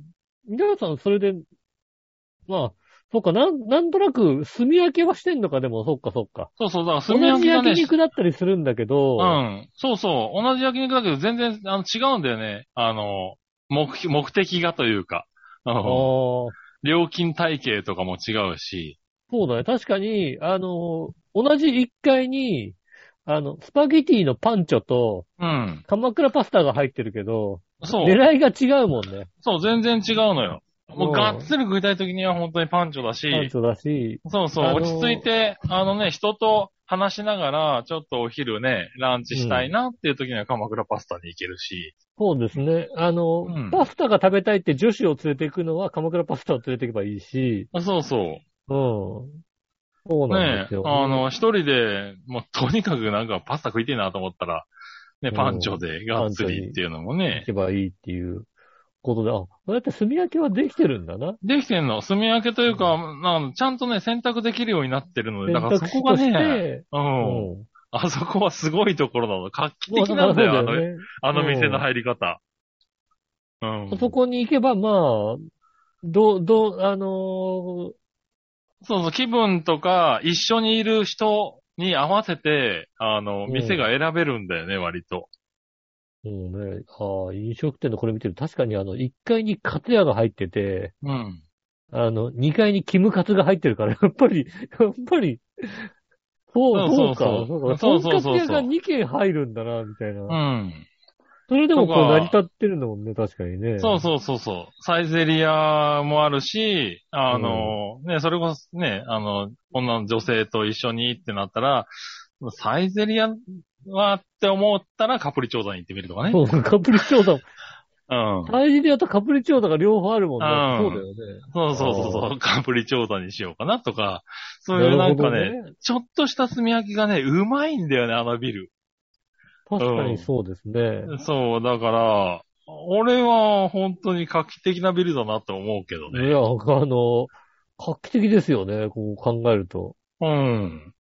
B: 皆さんそれで、まあ、そっか、なん、なんとなく、炭焼けはしてんのか、でも、そっか、そっか。
C: そうそう、だから炭
B: 同
C: 焼
B: じ
C: きがね
B: 焼、肉だったりするんだけど、
C: うん。そうそう。同じ焼肉だけど、全然、あの、違うんだよね。あの、目標、目的がというか、あ
B: あー
C: の、料金体系とかも違うし、
B: そうだね。確かに、あの、同じ1階に、あの、スパゲティのパンチョと、
C: うん。
B: 鎌倉パスタが入ってるけど、
C: そう。
B: 狙いが違うもんね。
C: そう、全然違うのよ。も
B: うん
C: う、がっつり食いたい時には本当にパンチョだし、
B: パンチョだし、
C: そうそ
B: あ
C: う、
B: のー
C: 落ち着いて、あのね、人と話しながら、ちょっとお昼ね、ランチしたいなっていう時には鎌倉パスタに行けるし、
B: そうですね。あの、
C: うん
B: パスタが食べたいって女子を連れて行くのは鎌倉パスタを連れて行けばいいし、
C: そうそう。
B: うん。そうなん
C: ね
B: です
C: え、
B: よ。
C: あの、一人で、もうとにかくなんかパスタ食いてえなと思ったら、ね、パンチョでがっつりっていうのも
B: 行
C: ね、
B: けばいいっていうことで、あ、こうやって炭焼きはできてるんだな。
C: できてんの。炭焼けというか、なんかちゃんとね、選択できるようになってるので、
B: 選
C: だから
B: 択
C: そ
B: 肢
C: ことが
B: して、
C: ね、う。
B: うん
C: あそこはすごいところなの。画期
B: まあ
C: 的なんだよ、あ
B: そう
C: の、
B: ね。
C: あの店の入り方。うん。
B: そこに行けば、まあ、どう、どう、あのー
C: そうそう、気分とか、一緒にいる人に合わせて、あの、
B: うん
C: 店が選べるんだよね、割と。
B: もうね、ああ、飲食店のこれ見てる。確かにあの、1階にカツヤが入ってて、
C: うん。
B: あの、2階にキムカツが入ってるから、 やっぱり、やっぱり、そう、
C: そう
B: か。
C: そ
B: そ
C: うそうう
B: か。
C: そ
B: と
C: うん
B: かつ
C: そうそう
B: 屋が2軒入るんだな、みたいな。
C: うん。
B: それでもこう
C: とか
B: 成り立ってるのもんね、確かにね。
C: そうそうそうそう。サイゼリアもあるし、あの、ね、それこそね、あの、女の女性と一緒にってなったら、サイゼリアはって思ったらカプリ調査に行ってみるとかね。
B: そう、カプリチョーダも、
C: うん。
B: サイジリアとカプリチョーダが両方あるもんね。
C: うん
B: そうだよね。
C: そうそうそうそう、カプリ調査にしようかなとか、そういうなんか
B: な
C: ね、
B: るほど
C: ちょっとした炭焼きがね、うまいんだよね、あのビル。
B: 確かにそうですね。
C: そう、だから、俺は本当に画期的なビルだなと思うけど
B: い
C: ね。
B: や、あの、画期的ですよね、こう考えると。
C: うん。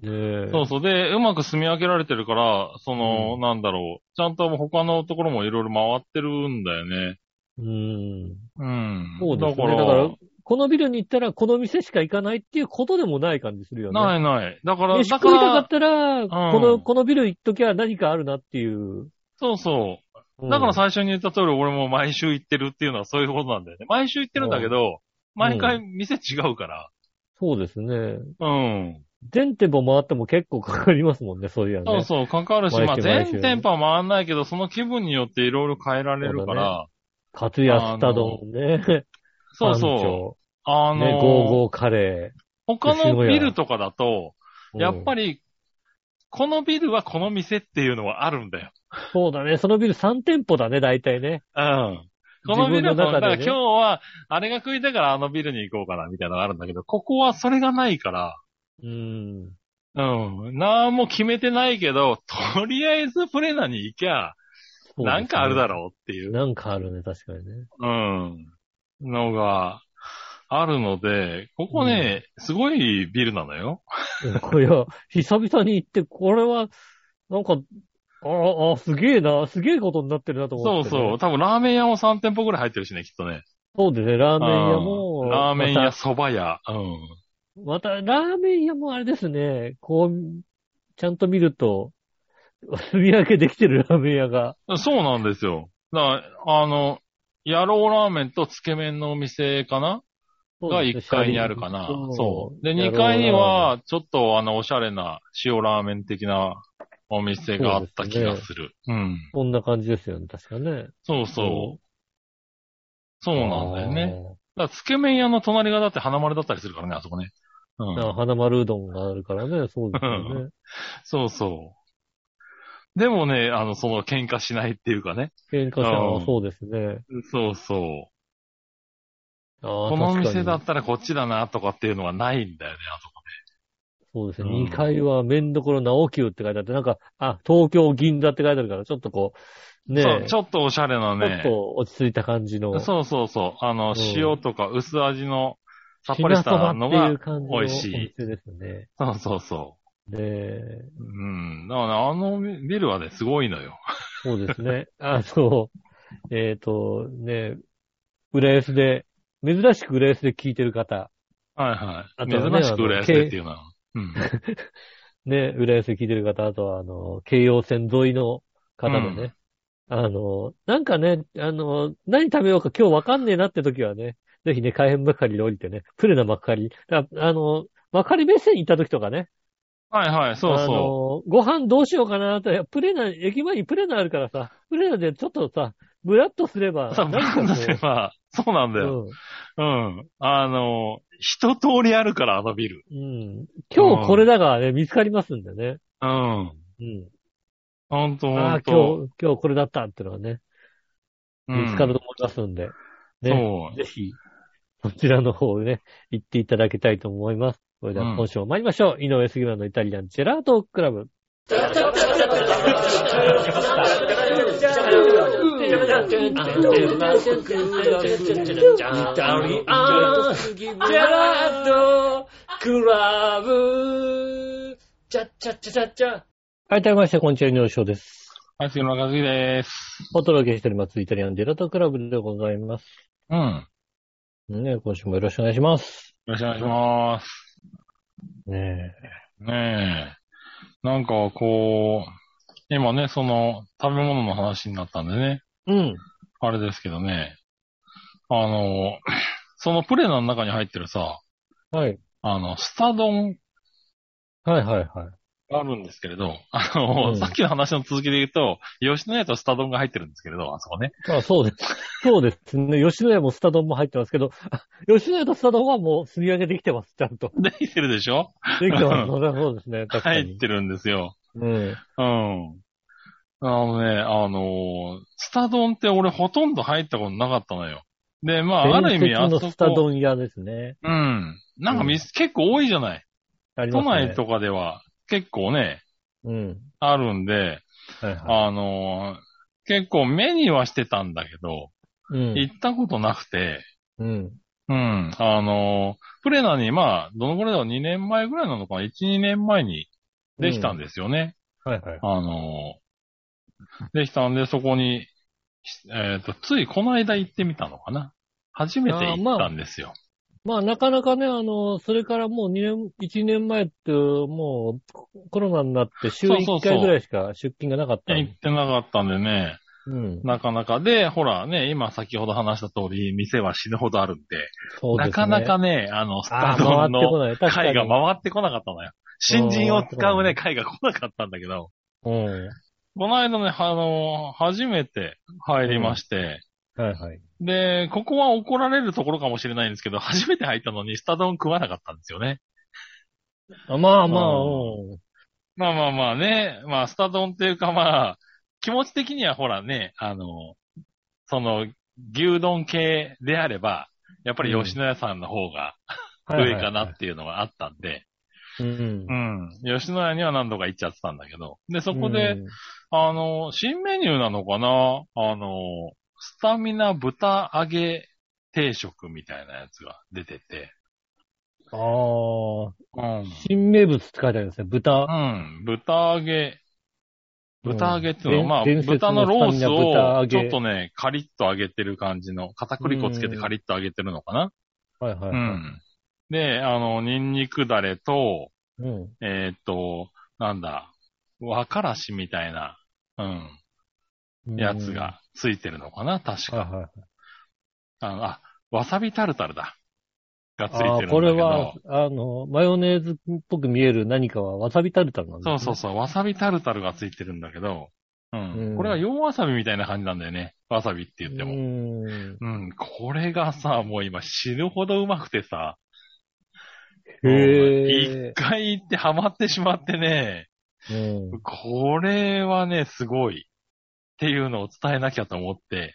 B: ねえ。
C: そうそう。で、うまく住み分けられてるから、その、
B: うん
C: なんだろう。ちゃんと他のところもいろいろ回ってるんだよね。
B: うん。
C: うん。
B: そうですね。だから、このビルに行ったら、この店しか行かないっていうことでもない感じするよね。
C: ないない。だから、
B: 飯
C: だ
B: 食
C: か
B: いたかっ
C: ら、
B: たら、この、このビル行っときゃ何かあるなっていう。
C: そうそ
B: うん
C: う。だから、最初に言った通り、俺も毎週行ってるっていうのはそういうことなんだよね。毎週行ってるんだけど、毎回店違うから。
B: そうですね。
C: うん。
B: 全店舗回っても結構かかりますもんね、そういやね。
C: そうそう、かかるし、まあ、
B: 毎週毎週
C: 全店舗は回んないけど、その気分によっていろいろ変えられるから。
B: カツヤスタ丼ね。
C: そう
B: 番
C: そう。
B: 長
C: あのー
B: ね、ゴーゴーカレ
C: 他
B: すご
C: の
B: いな
C: ビルとかだと、
B: ー。
C: やっぱ
B: り。
C: り、このビルはこの店っていうのはあるんだよ。
B: そうだね。そのビル3店舗だね、大体ね。
C: うん。このビルは
B: 自分の
C: この、
B: 中
C: だ
B: で
C: から
B: ね
C: 今日は、あれが食いたからあのビルに行こうかな、みたいなのがあるんだけど、ここはそれがないから、
B: うん。
C: うん。なんも決めてないけど、とりあえずプレナに行きゃ、
B: そうですね
C: なんかあるだろうっていう、
B: なんかあるね、確かにね。
C: うん。のが、あるので、ここね、すごいビルなのよ。
B: これは、久々に行って、これは、なんか、ああ、すげえな、すげえことになってるなと
C: そ
B: 思っ
C: う
B: て、
C: そう。。多分ラーメン屋も3店舗ぐらい入ってるしね、きっとね。
B: そうですね、ラーメン屋
C: う
B: も。
C: んラーメン
B: ま
C: 屋、
B: た。
C: 蕎麦屋。うん。
B: また、ラーメン屋もあれですね、こう、ちゃんと見ると、 住み分けできてるラーメン屋が。
C: そうなんですよ。だから、あの、野郎ラーメンとつけ麺のお店かなが1階にあるかな。そう。で、2階に、は、ちょっとあの、おしゃれな塩ラーメン的なお店があった気がする。うん。
B: こんな感じですよね、確かね。
C: そうそう。そうなんだよね。
B: ね。
C: だから、つけ麺屋の隣がだって花丸だったりするからね、あそこね。うん。
B: あ花丸うどんがあるからね、そうですよね。
C: そうそう。でもね、あの、その喧嘩しないっていうかね。
B: 喧嘩した
C: う
B: ら、
C: ん
B: そうですね。
C: そうそう。
B: ああ
C: この
B: 確
C: 店だ
B: かに
C: ったらこっちだなとかっていうのはないんだよね、あそこ。
B: そうですね。
C: うん
B: 2階は麺どころ直球って書いてあって、なんか、あ、東京銀座って書いてあるから、ちょっとこう、ね
C: そう
B: え、
C: ちょっとおしゃれなね
B: ち。ょっと落ち着いた感じの。
C: そうそうそう。あの、
B: ん
C: 塩とか薄味のさっ
B: ひ
C: ぱり
B: な
C: し
B: そば
C: た
B: って
C: の
B: い
C: が
B: う、感じのお
C: 美
B: 店
C: 味しい
B: ですね。
C: そうそうそ
B: で、
C: うん。だからね、あのビルはね、すごいのよ。
B: そうですね。あの、えっ、と、ね、浦安で、珍しく浦安で聞いてる方、
C: はいはい。
B: あとはね
C: 珍しく浦安でっていうのは。うん。
B: ね、浦安で聞いてる方、あとは、あの、京葉線沿いの方でね、あの、なんかね、あの、何食べようか今日わかんねえなって時はね、ぜひね、海辺ばかりで降りてね、プレなばかり、ああの、ばかり目線行った時とかね、
C: はいはい、そう
B: あ
C: そ
B: の、ご飯どうしようかなと、いやプレナ、駅前にプレナあるからさ、プレナでちょっとさ、ブラッとすれば
C: う。、さ、
B: 何
C: ブラ
B: かこ
C: ン
B: う
C: ドすれば、 そうなんだよ。うん。あの、一通りあるから、あのビル。
B: うん。うん。今日これだからね、見つかりますんでね。
C: うん。
B: うん。
C: ほんと
B: あ
C: ほ
B: あ
C: ん、と。
B: 今日、今日これだったっていうのがね、
C: うん
B: 見つかると思いますんで、ね、
C: そう。
B: ぜひ、そちらの方ね、行っていただきたいと思います。それで
C: う
B: は
C: ん
B: 今週も参りましょう。井上杉村のイタリアンジェラートクラブ。はい、改めまして、こんにちは、井上翔です。
C: はい、杉村和樹です。
B: お届けしております、イタリアンジェラートクラブでございます。
C: うん。よ
B: ね、今週もよろしくお願いします。
C: ろしくお願いします。
B: ねえ。
C: ねえ。なんか、こう、今ね、その、食べ物の話になったんでね、
B: うん。
C: あれですけどね、あの、 そのプレナの中に入ってるさ、
B: はい。
C: あの、スタ丼
B: はいはいはい。
C: があるんですけれど、あの、
B: うん
C: さっきの話の続きで言うと、吉野家とスタ丼が入ってるんですけれど、あそこね。
B: まあそうです。 そうですね。吉野家もスタ丼も入ってますけど、あ吉野家とスタ丼はもう積み上げできてます、ちゃ んと。
C: できてるでしょ
B: できてます。そりゃそうですね。確か
C: 入
B: に
C: っ。てるんですよ。
B: うん。
C: うん。あのね、あの、スタ丼って俺ほとんど入ったことなかったのよ。で、まあ、ある意味、あ
B: 伝説
C: そ
B: のスタ
C: こ、
B: 丼屋ですね。
C: うん。なんかみ、
B: うん
C: 結構多いじゃない。
B: ありま
C: 都
B: すね。
C: 内とかでは結構ね、
B: うん。
C: あるんで、
B: はいは
C: あの、結構目にはしてたんだけど、
B: い。うん。
C: 行ったことなくて、
B: うん。
C: うん。あの、プレナに、まあ、どのぐらいだろう、2年前ぐらいなのかな、1、2年前にできたんですよね。
B: はいはい。
C: あの、できたんで、そこに、えっ、と、ついこの間行ってみたのかな。初めて行ったんですよ。
B: まあなかなかね、あの、それからもう2年、1年前って、もうココロナになって週
C: そうそう
B: 1
C: そう
B: 回ぐらいしか出勤がなかったん
C: 行
B: で
C: ってなかったんでね、
B: うん。
C: なかなか。で、ほらね、今先ほど話した通り、店は死ぬほどあるんで、
B: そうですね。
C: なかなかね、あの、ス
B: あ
C: タ
B: あ、回
C: ート
B: ってこ
C: の
B: ない。確かに。
C: 会が回ってこなかったのよ。新人を使う
B: う
C: ね、
B: ん
C: 会が来なかったんだけど、
B: うん。
C: この間ね、あの、初めて入りまして、
B: はいはい。
C: で、ここは怒られるところかもしれないんですけど、初めて入ったのにスタ丼食わなかったんですよね。
B: あまあまあ、
C: う
B: うん。
C: まあまあまあね、まあスタ丼っていうかまあ、気持ち的にはほらね、あの、その、牛丼系であれば、やっぱり吉野家さんの方が
B: はい
C: 上
B: はい
C: かなっていうのがあったんで、
B: うん。
C: うん。吉野家には何度か行っちゃってたんだけど、で、そこ
B: う
C: で、
B: ん
C: あの、新メニューなのかなあの、スタミナ豚揚げ定食みたいなやつが出てて、
B: ああ、
C: うん。
B: 新名物って書いてあるんですね。
C: う
B: 豚。
C: ん、豚揚げ。豚揚げっていうのは、
B: うん
C: まあ、
B: 伝説
C: 豚
B: の
C: のロー
B: ス
C: ス
B: タミナ豚揚
C: を、
B: げ
C: ちょっとね、カリッと揚げてる感じの、片栗粉つけてカリッと揚げてるのかな
B: はいはいうはい。
C: ん。で、あの、ニンニクだれと、
B: うん。
C: えーっと、なんだ、和からしみたいな、うん、
B: うん
C: やつ。がついてるのかな確
B: はい
C: か。
B: はい。
C: あのあ、わさびタルタルだ。がついてる
B: あ
C: んだけ
B: ー
C: ど。
B: これは、あの、マヨネーズっぽく見える何かはわさびタルタルなんです
C: そ
B: ね
C: うそうそう、わさびタルタルがついてるんだけど、うん。
B: うん
C: これは洋わさびみたいな感じなんだよね。わさびって言っても。
B: うん。
C: うん、これがさ、もう今死ぬほどうまくてさ、
B: へ
C: 一回行ってハマってしまってね、
B: ぇー。うん
C: これはね、すごい。っていうのを伝えなきゃと思って、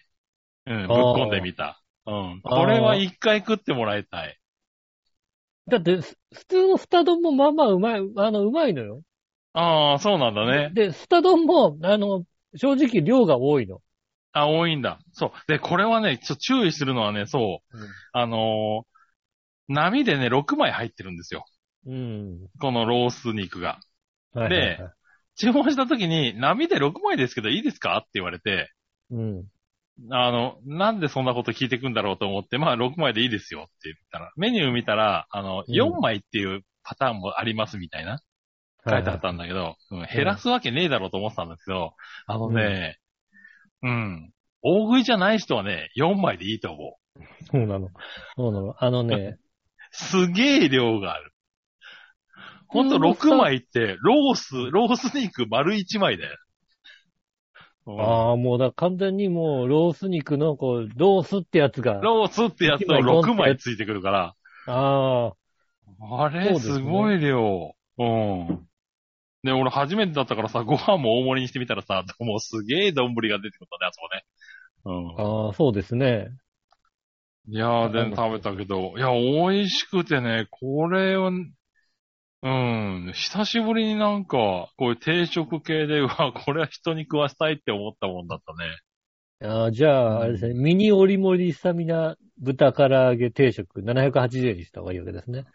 C: うん、ぶっ込んでみた。うん。これは一回食ってもらいたい。
B: だって、す普通のスタ丼もまあまあうまい、あの、うまいのよ。
C: ああ、そうなんだね。
B: で、スタ丼も、あの、正直量が多いの。
C: あ、多いんだ。そう。で、これはね、ちょ注意するのはね、そう。
B: うん
C: あのー波でね、6枚入ってるんですよ。
B: うん。
C: このロース肉が。
B: はいはいはい
C: で注文した時に、波で6枚ですけどいいですかって言われて、
B: うん。
C: あの、なんでそんなこと聞いてくんだろうと思って、まあ6枚でいいですよって言ったら、メニュー見たら、あの、
B: うん
C: 4枚っていうパターンもありますみたいな。書いてあったんだけど、うん減らすわけねえだろうと思ってたんですけど、あのね、うん、大食いじゃない人はね、4枚でいいと思う。
B: そうなの。そうなの。あのね、
C: すげえ量がある。ほんと
B: うん
C: 6枚って、ロース、ロース肉丸1枚だよ。 うん
B: ああ、もうだ、完全にもう、ロース肉の、こう、ロースってやつが、
C: ロースってやつを
B: 一枚ドンって
C: 6枚ついてくるから、
B: ああ、
C: あ
B: そう
C: れ、
B: ですね
C: すごい量。うん。で、俺初めてだったからさ、ご飯も大盛りにしてみたらさ、もうすげえ丼が出てくるんだね、あそこね。うん。
B: ああ、そうですね。
C: いやー、全然食べたけど、いや、美味しくてね、これを、うん、久しぶりになんか、こういう定食系で、うわ、 これは人に食わしたいって思ったもんだったね。
B: ああ、じゃあ、あれですね、ミニオリモリスタミナ豚唐揚げ定食780円にした方がいいわけですね。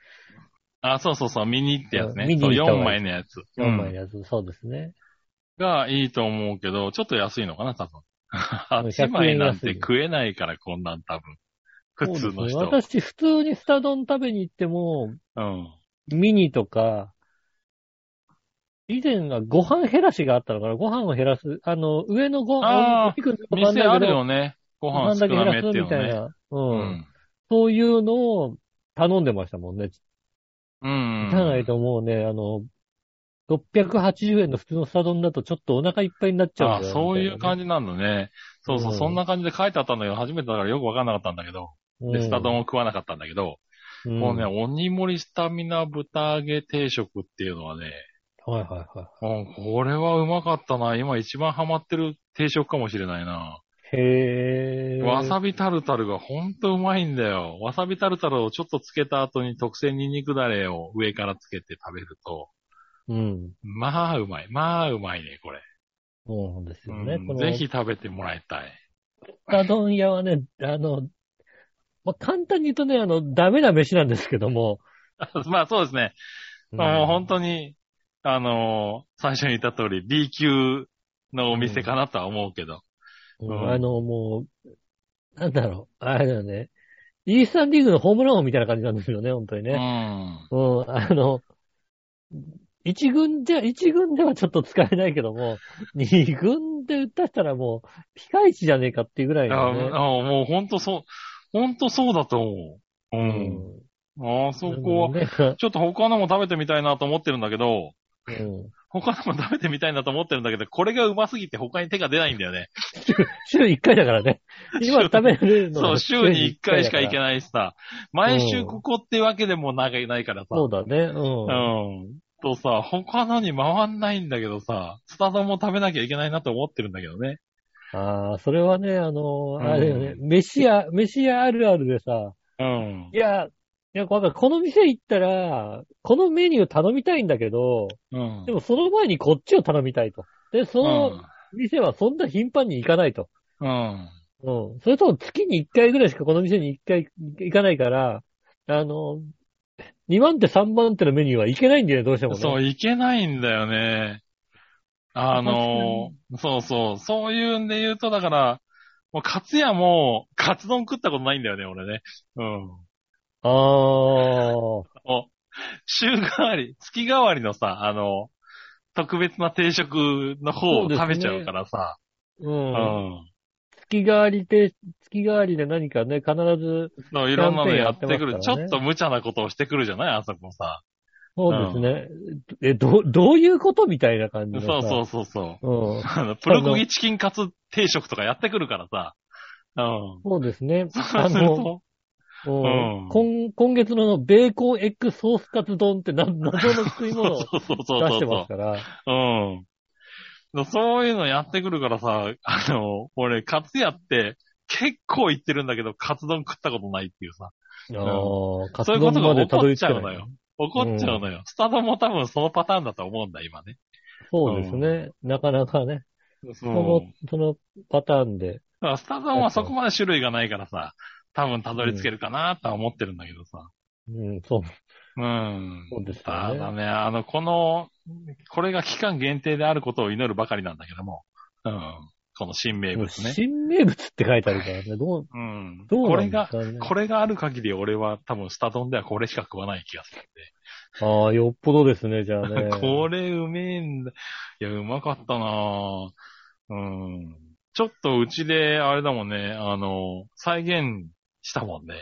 C: あ、そうそうそう、ミニってやつ
B: うん
C: ね。
B: ミニ
C: そう、
B: に行った方
C: 4
B: がいい
C: 枚のやつ。
B: 4枚
C: うん
B: のやつ、そうですね。
C: がいいと思うけど、ちょっと安いのか な、多
B: ん
C: 分。8枚な
B: 100円
C: ん
B: 安
C: て
B: い
C: 食えないから、こんなん多分。普通
B: そう
C: の
B: ですね
C: 人。
B: 私、普通にスタ丼食べに行っても、
C: うん。
B: ミニとか、以前はご飯減らしがあったのかなご飯を減らす。あの、上のご
C: あー
B: 飯、お肉のご飯
C: 店あ
B: だけ
C: る
B: ど
C: よね。ご
B: ご
C: 飯
B: 飯
C: 少
B: だけ減
C: なめ
B: らす
C: っていう
B: みた
C: の
B: い
C: ね。
B: な。う。
C: うんん。
B: そういうのを頼んでましたもんね。
C: うん。
B: じゃないともうね、あの、680円の普通のスタ丼だとちょっとお腹いっぱいになっちゃ
C: あ
B: うん
C: あ
B: だよ
C: そういう感
B: じ。
C: じなんだね。そうそう、
B: うん
C: そんな感じで書いてあったんだけど、初めてだからよくわかんなかったんだけど、で、スタ丼を食わなかったんだけど、
B: うん
C: このね、
B: は
C: 鬼盛りスタミナ豚揚げ定食っていうのはね、
B: いはいは
C: うんこれはうまかったな。今一番ハマってる定食かもしれないな。
B: い。へぇー。
C: わさびタルタルがほんとうまいんだよ。わさびタルタルをちょっとつけた後に特製ニンニクダレを上からつけて食べると、
B: うん。
C: まあうまい。まあうまいね、これ。
B: そうなんですよね。
C: う
B: こ
C: ん、
B: の
C: ぜひ食べてもらいたい。
B: 豚丼屋はね、あの、まあ、簡単に言うとね、あの、ダメな飯なんですけども。
C: まあそうですね。もう本当に、あのー最初に言った通り B 級のお店かなとは思うけど。
B: うん
C: うん
B: あの、もう、なんだろう、あれだよね。イースタンリーグのホームラン王みたいな感じなんですよね、本当に
C: うん。
B: ね。うん、あの、一軍じゃ、一軍ではちょっと使えないけども、二軍で打ったしたらもう、ピカイチじゃねえかっていうぐらい
C: あ
B: のね。
C: あもう本当そう、本当そうだと思う。う。
B: うん
C: ああそこは、
B: ね、
C: ちょっと他のも食べてみたいなと思ってるんだけど、
B: うん。
C: 他のも食べてみたいなと思ってるんだけど、これがうますぎて他に手が出ないんだよね。
B: 週一回だから ね。今食べれるの
C: そ
B: は
C: う、週に1回しか
B: だ
C: 行け
B: ら
C: ないしさ、毎週ここってわけでもなんかいないからさ。
B: そうだね、うん。
C: うん。とさ、他のに回んないんだけどさ、スタ丼も食べなきゃいけないなと思ってるんだけどね。
B: ああ、それはね、あのー、
C: うん
B: あれだよね、飯屋、飯屋あるあるでさ、
C: うん
B: い。や、いや、わかるこの店行ったら、このメニュー頼みたいんだけど、
C: うん。
B: でもその前にこっちを頼みたいと。で、その店はそんな頻繁に行かないと。
C: うん。
B: うん。それとも月に1回ぐらいしかこの店に1回行かないから、あのー、2番手3番手のメニューはいけないんだよね、どうして
C: うん。
B: もね。
C: そう、いけないんだよね。あの、そうそう、そういうんで言うと、だから、もう、カツヤも、カツ丼食ったことないんだよね、俺ね。うん。
B: ああ、
C: お週替わり、月替わりのさ、あの、特別な定食の方を食べちゃうからさ。
B: う。
C: うんん。
B: 月替わりで、月替わりで何かね、必ず、
C: そう、いろんなのやってくる。
B: キ
C: ち
B: ャンペーンやってますから
C: ょ
B: ね
C: っと無茶なことをしてくるじゃないあそこさ。
B: そうですね。え、ど、どういうことみたいな感じ
C: そ
B: の
C: う
B: さ。
C: そううそうそう。
B: そう。うん。
C: あの、プルコギチキンカツ定食とかやってくるからさ。うん。
B: そうですね。
C: そうすると、
B: あの、うん
C: うん
B: 今、今月のベーコンエッグソースカツ丼ってな謎の食い
C: そ
B: 物
C: う
B: を
C: そうそう
B: 出
C: そう
B: してますか
C: そ
B: ら。
C: う。うん。そういうのやってくるからさ、あの、俺、カツ屋って結構行ってるんだけど、カツ丼食ったことないっていうさ。
B: ああ、カツ
C: そういうこ
B: 丼
C: と
B: ま
C: が
B: で
C: 起
B: た
C: こ
B: ど
C: っ
B: り着
C: ちゃ
B: け
C: う
B: な
C: の
B: い
C: よ。。怒っちゃうのよ。スタ丼も多分そのパターンだと思うんだ、今ね。
B: そうですね。なかなかね。
C: そ
B: その、そのパターンで。
C: まあスタ丼はそこまで種類がないからさ、多分たどり着けるかなとは思ってるんだけどさ。
B: うん、そう。
C: うん。
B: そうですよ
C: ただ
B: ね。
C: ね、あの、この、これが期間限定であることを祈るばかりなんだけども、うん。この新名物ね。
B: 新名物って書いてあるからね。どう、
C: うん。
B: どう
C: こ
B: な
C: れ
B: んです
C: が、
B: かね。
C: これがある限り俺は多分スタ丼ではこれしか食わない気がするんで。
B: ああ、よっぽどですね、じゃあね。
C: これうめえんだ。いや、うまかったなぁうん。ちょっとうちで、あれだもんね、あの、再現したもんね。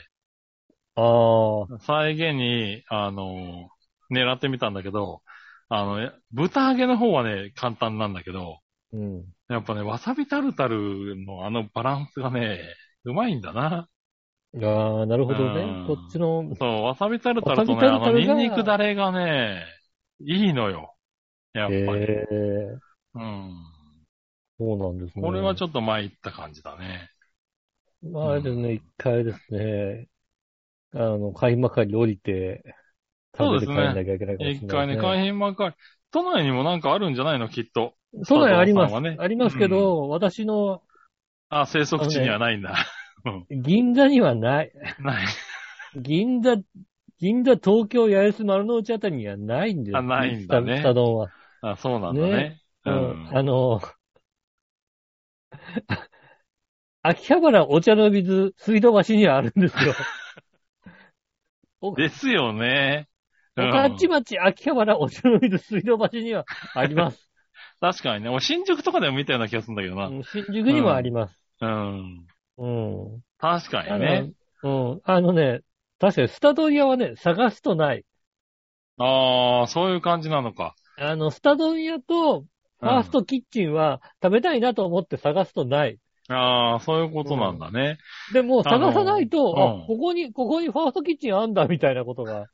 B: あ
C: 再現に、あの、狙ってみたんだけど、あの、豚揚げの方はね、簡単なんだけど、
B: あ、うん。
C: やっぱね、わさびタルタルのあのバランスがね、うまいんだな。
B: ああ、なるほど
C: うん
B: ね。こっちの、
C: そう、わさびタルタルと
B: わさび
C: ね、
B: タル
C: あ
B: タルが
C: の、ニンニクダレがね、いいのよ。やっぱ
B: ええ
C: り。
B: ー、
C: うん。
B: そうなんですね。
C: これはち
B: ょっ
C: ょっと前行った感じだね。
B: と。まあ、あれですね、一回ですね、あの、海幕に降りて、食べて帰らなきゃいけないかもし
C: 一
B: れな
C: 回
B: い、
C: ね、海浜幕開。都内にもなんかあるんじゃないのきっと。
B: そうだよ、あります。
C: 佐藤さんはね
B: ありますけど、私の
C: あ、生息地にはないんだ。
B: 銀座にはない。
C: ない。
B: 銀座、銀座、東京、八重洲、丸の内あたりにはないんですよ
C: あないんだね
B: スタ丼は。
C: あ、そうなんだね。
B: ね
C: う
B: うん
C: ん。
B: あの、 秋葉原お茶の水、水道橋にはあるんですよ。
C: ですよね。 うん
B: 岡地町、秋葉原お茶の水、水道橋にはあります。
C: 確かにね。俺、新宿とかでも見た ような気がするんだけど
B: うん新宿にもあります。
C: な。うん。
B: うん。
C: 確かにね。
B: うん。あのね、確かにスタ丼屋はね、探すとない。
C: ああ、そういう感じなのか。
B: あの、スタ丼屋と、ファーストキッチンは食べたいなと思って探すとない。
C: ああ、そういうことなんだね。
B: でも探さないと、
C: あの
B: あ
C: うん
B: ここに、ここにファーストキッチンあんだみたいなことが、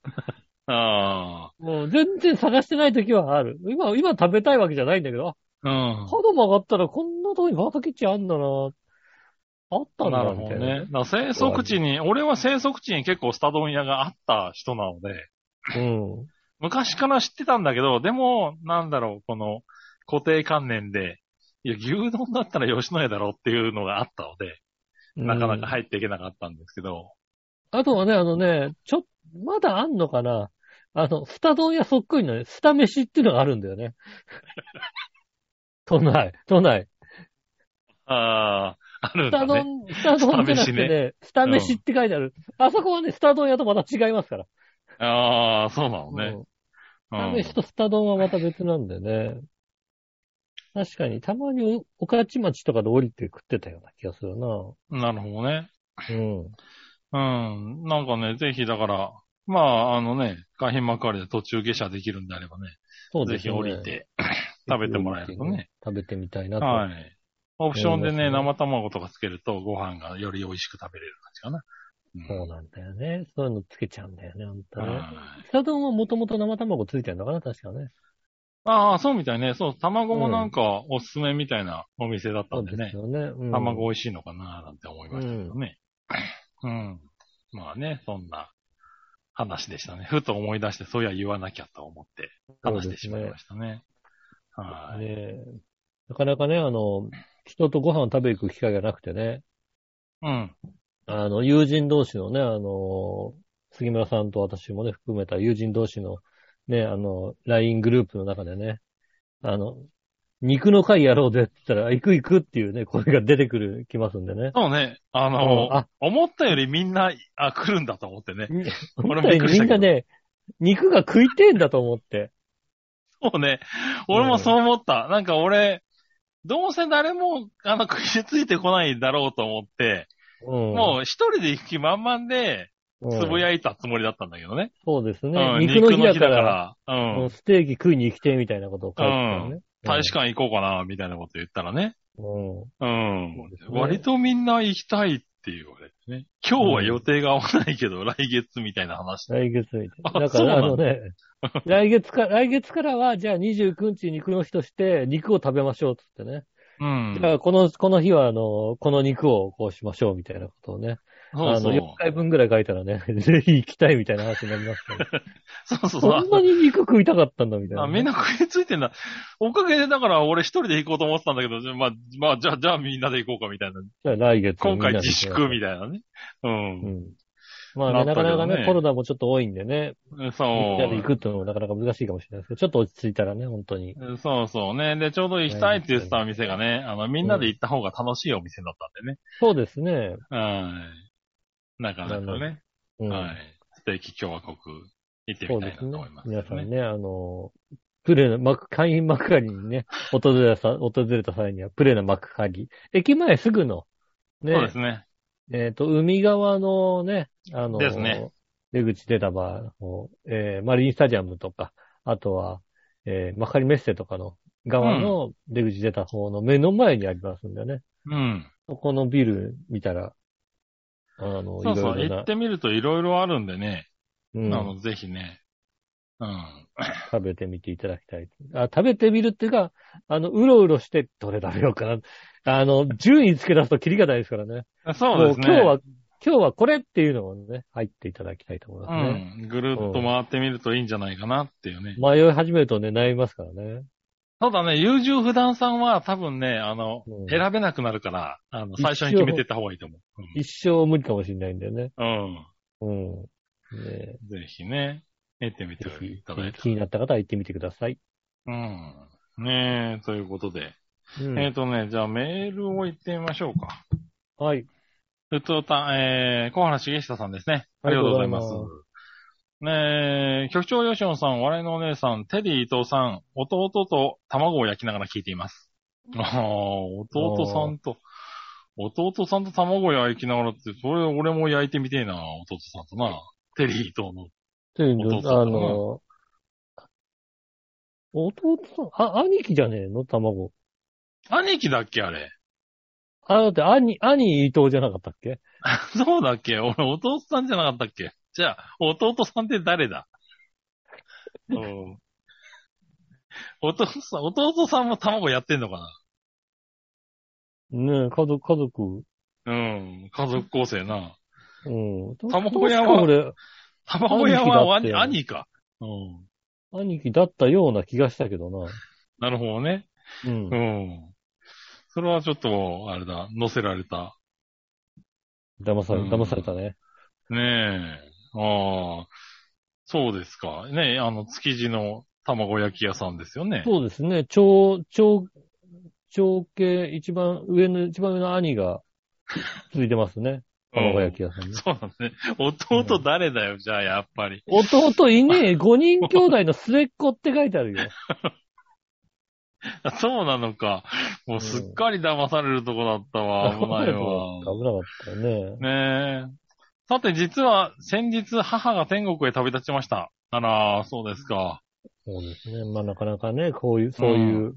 C: あ
B: もう全然探してない時はある。今、今食べたいわけじゃないんだけど、
C: あ。うん。
B: 角曲がったらこんなとこにファーストキッチンあんだなあったん
C: なる
B: だ
C: ほ
B: みた
C: ど
B: いな。
C: ね。だから生息地に、俺は生息地に結構スタ丼屋があった人なので、
B: うん。
C: 昔から知ってたんだけど、でも、なんだろう、この固定観念で、いや、牛丼だったら吉野家だろっていうのがあったので、なかなか
B: い。
C: 入っていけなかったんですけど、
B: あとはね、あのね、ちょ、まだあんのかなあの、スタ丼屋そっくりのね、スタ飯っていうのがあるんだよね。 都内、都内。
C: ああ、ある
B: ス
C: んだ
B: タ
C: ね。
B: 丼、スタ丼じゃなくてね、スタ飯って書いてある。あそこはね、スタ丼屋とまた違いますから。
C: ああ、そうなのね
B: うん。
C: う
B: スタ
C: ん
B: 飯とスタ丼はまた別なんでね。確かに、たまにお、おかち町とかで降りて食ってたような気がするな。
C: なるほどね。
B: うん。
C: うん。なんかね、ぜひだから、まあ、あのね、海浜幕張で途中下車できるんであればね、
B: そう
C: ぜ
B: です
C: ひ
B: ね。
C: 降 りて食べてもらえるとね。。
B: 食べてみたいなと。
C: はい。オプションで
B: 思い
C: ね、
B: ま
C: 生卵とかつけると、ご飯がより美味しく食べれる感じかな。
B: そうなんだよね。そういうのつけちゃうんだよね、ほんとね。
C: はい
B: スタ丼はもともと生卵ついてるのかな、確かね。
C: ああ、そうみたいね。そう、卵もなんかおすすめみたいなお店だった
B: そ
C: ん
B: う
C: で
B: です
C: ね。
B: よね。うん
C: 卵美味しいのかななんて思いましたけどね。うん。まあね、そんな話でしたね。ふと思い出して、そういや言わなきゃと思って話してしまいましたね。はい。
B: ねえなかなかね、あの、人とご飯を食べ行く機会がなくてね、
C: うん。
B: あの、友人同士のね、あの、杉村さんと私もね、含めた友人同士のね、あの、LINE グループの中でね、あの、肉の会やろうぜって言ったら、行く行くっていうね、声が出てくる、きますんでね。
C: そうね、あ
B: あ
C: の、
B: あ、
C: 思ったよりみんな、あ、来るんだと思ってね。
B: 本
C: 俺
B: 当
C: もびっくり
B: に
C: し
B: み
C: た
B: ん
C: けど
B: なね、肉が食いてえんだと思って。
C: そうね。俺もそう思った。なんか俺、どうせ誰も、あの、食いついてこないだろうと思って、
B: うん、
C: もう一人で行く気満々で、
B: うん、
C: つぶやいたつもりだったんだけどね。
B: そうですね。
C: うん、
B: 肉の日だから、
C: ら。う。
B: もうんステーキ食いに行きてえみたいなことを書いてたよね。
C: 大使館行こうかな、みたいなこと言ったらね。
B: うん。
C: うん
B: そうです。ね
C: 割とみんな行きたいって言われてね。今日は予定が合わないけど、来月みたいな話。
B: 来月みたいな。だ
C: あ
B: か
C: そう
B: ら、あ
C: な
B: の
C: の
B: ね、来月か、来月からは、じゃあ29日肉の日として、肉を食べましょうっつってね。
C: うん。
B: じゃあ、この、この日は、あの、この肉をこうしましょうみたいなことをね。
C: そう
B: あの、
C: そう。
B: 4回分ぐらい書いたらね、 ぜひ行きたいみたいな話になりますから、
C: そうそうそう。
B: そんなに肉食いたかったんだみたいな、
C: あ、みんな食いついてんだ。おかげで、だから俺一人で行こうと思ってたんだけど、じゃあまあ、まあ、じゃあ、じゃあみんなで行こうかみたいな。
B: じゃあ来月み
C: 今
B: んな
C: 回
B: で
C: 自粛みたいなね。うん。
B: うん。まあね、
C: な
B: な
C: った
B: か
C: けどね
B: なかね、コロナもちょっと多いんでね、
C: そう
B: みんなで行くっていうのもなかなか難しいかもしれないですけど、ちょっと落ち着いたらね、本当に。
C: そうそうね。で、ちょうど行きたいって言ってたお店がね、あの、みんなで行った方が楽しいお店だったんでね。
B: そうですね。
C: はい。なかなかね。
B: うん、
C: はい。ステーキ共和国行って
B: そ
C: み
B: う
C: たい
B: で
C: な
B: す
C: と
B: ね
C: 思いま。す、
B: 皆さん。ね、あの、プレな幕、会員幕張にね、訪れたさ、訪れた際には、プレな幕張。駅前すぐの、ね、
C: そうですね。
B: えっ、と、海側のね、あの、
C: ですね
B: 出口出た場合、えーマリンスタジアムとか、あとは、えーマカリメッセとかの側の出口出た方の目の前にありますんでね。
C: うん。
B: そこのビル見たら、あの、
C: そうそう。
B: いろいろ
C: 行
B: な
C: っ、てみるといろいろあるんでね。
B: う
C: あ
B: ん、
C: の、ぜひね。うん。
B: 食べてみていただきたい。あ食べてみるっていうか、あの、うろうろして、どれ食べようかな。あの、順位つけ出すとキリがないですからね。
C: そうですね。
B: も今日は、今日はこれっていうのをね、入っていただきたいと思いますね。
C: うん。ぐるっと回ってみるといいんじゃないかなっていうね。
B: 迷い始めるとね、悩みますからね。
C: ただね、優柔不断さんは多分ね、あの、
B: うん
C: 選べなくなるから、あの、最初に決めていった方がいいと思う。
B: 一生無理かもしれないんだよね。
C: うん。
B: うん。ね
C: うんぜひね、行ってみて
B: ぜひ
C: いただいた
B: 気になった方は行ってみてください。
C: うん。ねえ、ということで。
B: うん
C: えっ、とね、じゃあメールを行ってみましょうか。
B: はい。
C: ふつおた、えー、小原茂久さんですね。ありがとうございます
B: ありがとう。
C: ねえ、局長吉野さん、笑いのお姉さん、テリー伊藤さん、弟と卵を焼きながら聞いています。ああ、弟さんと、弟さんと卵を焼きながらって、それ俺も焼いてみてえな、弟さんとな。テリー伊藤の。
B: という
C: お
B: の
C: 父さん
B: あの、弟さん、あ、兄貴じゃねえの卵。
C: 兄貴だっけあれ。
B: あ、だって兄、兄伊藤じゃなかったっけ
C: そうだっけ俺、弟さんじゃなかったっけじゃあ、弟さんって 誰だうん弟さん、弟さんも卵やってんのか
B: ねえ、家族、家族。
C: なうん。家族構成な。
B: うん。
C: 卵屋は
B: 確か
C: 卵屋は
B: 兄貴
C: 兄
B: だって
C: 兄か。うん。
B: 俺、兄貴だったような気がしたけどな。
C: なるほどね。
B: うん
C: う。ん。それはちょっと、あれだ、乗せられた。
B: 騙され、
C: うん
B: 騙されたね。
C: ねえ。ああ。そうですか。ねえ、あの、築地の卵焼き屋さんですよね。
B: そうですね。長、長、長系、一番上の、一番上の兄が続いてます ね。卵焼き屋さんね。
C: そうなんですね。弟誰だよ、じゃあ、やっぱり。
B: 弟い ねえ、5人兄弟の末っ子って書いてあるよ。
C: あ そうなのか。もうすっかり騙されるとこだったわ。危ない わ。
B: 危なかったよね。
C: ねえ。さて、実は先日母が天国へ旅立ちました。あら、そうですか。
B: そうですね。まあなかなかね、こういう、そういう。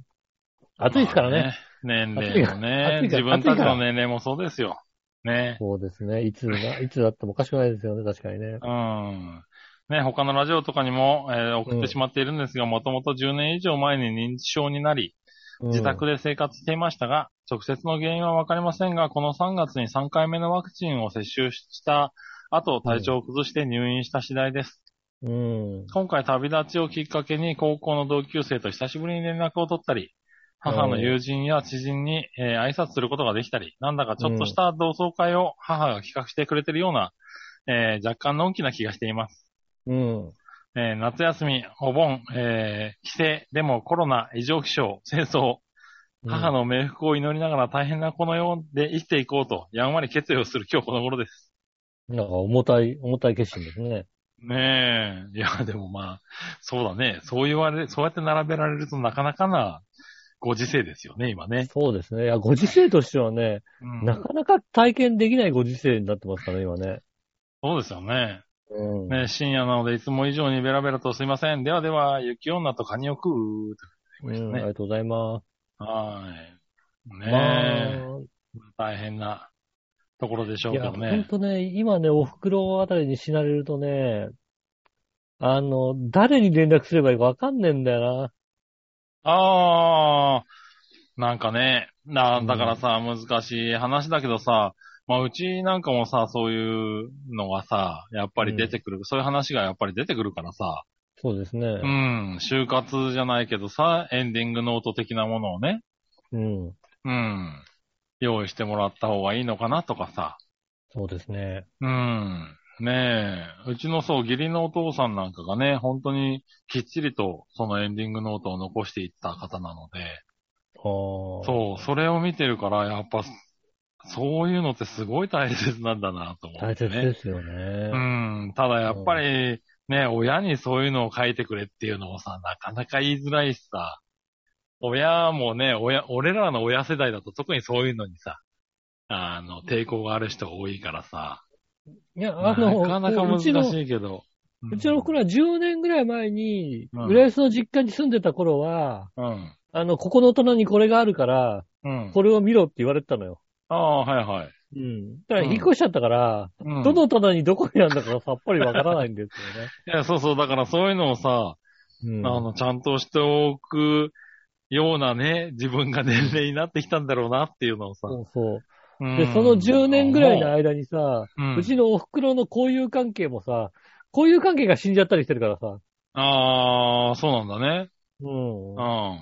B: 暑いですからね。
C: まあね。年齢もね。
B: 暑いか
C: 自
B: ら
C: 分たちの年齢もそうですよ。ね。
B: そうですね。いつが、 いつだってもおかしくないですよね、確かにね。
C: うん。ね、他のラジオとかにも、えー送ってしまっているんですが、もともと10年以上前に認知症になり、
B: うん
C: 自宅で生活していましたが、直接の原因はわかりませんが、この3月に3回目のワクチンを接種した後、体調を崩して入院した次第です。
B: うん。
C: 今回旅立ちをきっかけに、高校の同級生と久しぶりに連絡を取ったり、母の友人や知人に、えー挨拶することができたり、なんだかちょっとした同窓会を母が企画してくれてるような、えー若干のんきな気がしています。
B: うん。
C: えー夏休み、お盆、えー帰省、でもコロナ、異常気象、戦争、母の冥福を祈りながら大変なこの世で生きていこうと、やんわり決意をする今日この頃です。
B: なんか重たい、重たい決心ですね。
C: ねえ。いや、でもまあ、そうだね。そう言われ、そうやって並べられるとなかなかなご時世ですよね、今ね。
B: そうですね。いや、ご時世としてはね、
C: うん
B: なかなか体験できないご時世になってますからね、今ね。
C: そうですよね。
B: うん。
C: ねえ深夜なのでいつも以上にベラベラとすいません。ではでは、雪女とカニを食う。
B: うん、ありがとうございます。
C: はーい。ねえ、大変なところでしょ
B: まあ、
C: う
B: い
C: け
B: や、
C: ど
B: ほん
C: ね。
B: とね、今ね、お袋あたりに死なれるとね、あの、誰に連絡すればいいかわかんねえんだよ
C: ああ、なんかね、な、だからさ、難しい話だけどさ、まあ、うちなんかもさ、そういうのがさ、やっぱり出てくる、そういう話がやっぱり出てくるからさ、
B: な。そうですね。
C: うん、就活じゃないけどさ、エンディングノート的なものをね、
B: うん。
C: うん、用意してもらった方がいいのかなとかさ、
B: そうですね。
C: うん、ねえ、うちのそう、義理のお父さんなんかがね、本当にきっちりとそのエンディングノートを残していった方なので、
B: ああ。
C: そう、それを見てるから、やっぱ、そういうのってすごい大切なんだなと思
B: 大
C: って、
B: 切
C: ね。
B: ですよ
C: う
B: ね。
C: ん、ただやっぱり、ね、親にそういうのを書いてくれっていうのもさ、なかなか言いづらいしさ、親もね、親、俺らの親世代だと特にそういうのにさ、あの、抵抗がある人が多いからさ、
B: いや、
C: な
B: あの、
C: かなか難し
B: うちの
C: いけど。
B: うちの子ら10年ぐらい前に、
C: うん
B: 浦安の実家に住んでた頃は、
C: うん。
B: あの、ここの大人にこれがあるから、
C: うん。
B: これを見ろって言われてたのよ。
C: ああ、はいはい。
B: うん。だから引っ越しちゃったから、
C: うん、
B: どの大人にどこにあるんだかさっぱりわからないんですよね。
C: いや、そうそう、だからそういうのをさ、
B: うん、
C: あの、ちゃんとしておくようなね、自分が年齢になってきたんだろうなっていうのをさ。
B: そうそうう。
C: ん
B: で、その10年ぐらいの間にさ、
C: うん、
B: うちのお袋の交友関係もさ、交友関係が死んじゃったりしてるからさ、
C: ああ、そうなんだね。
B: うん
C: う。ん。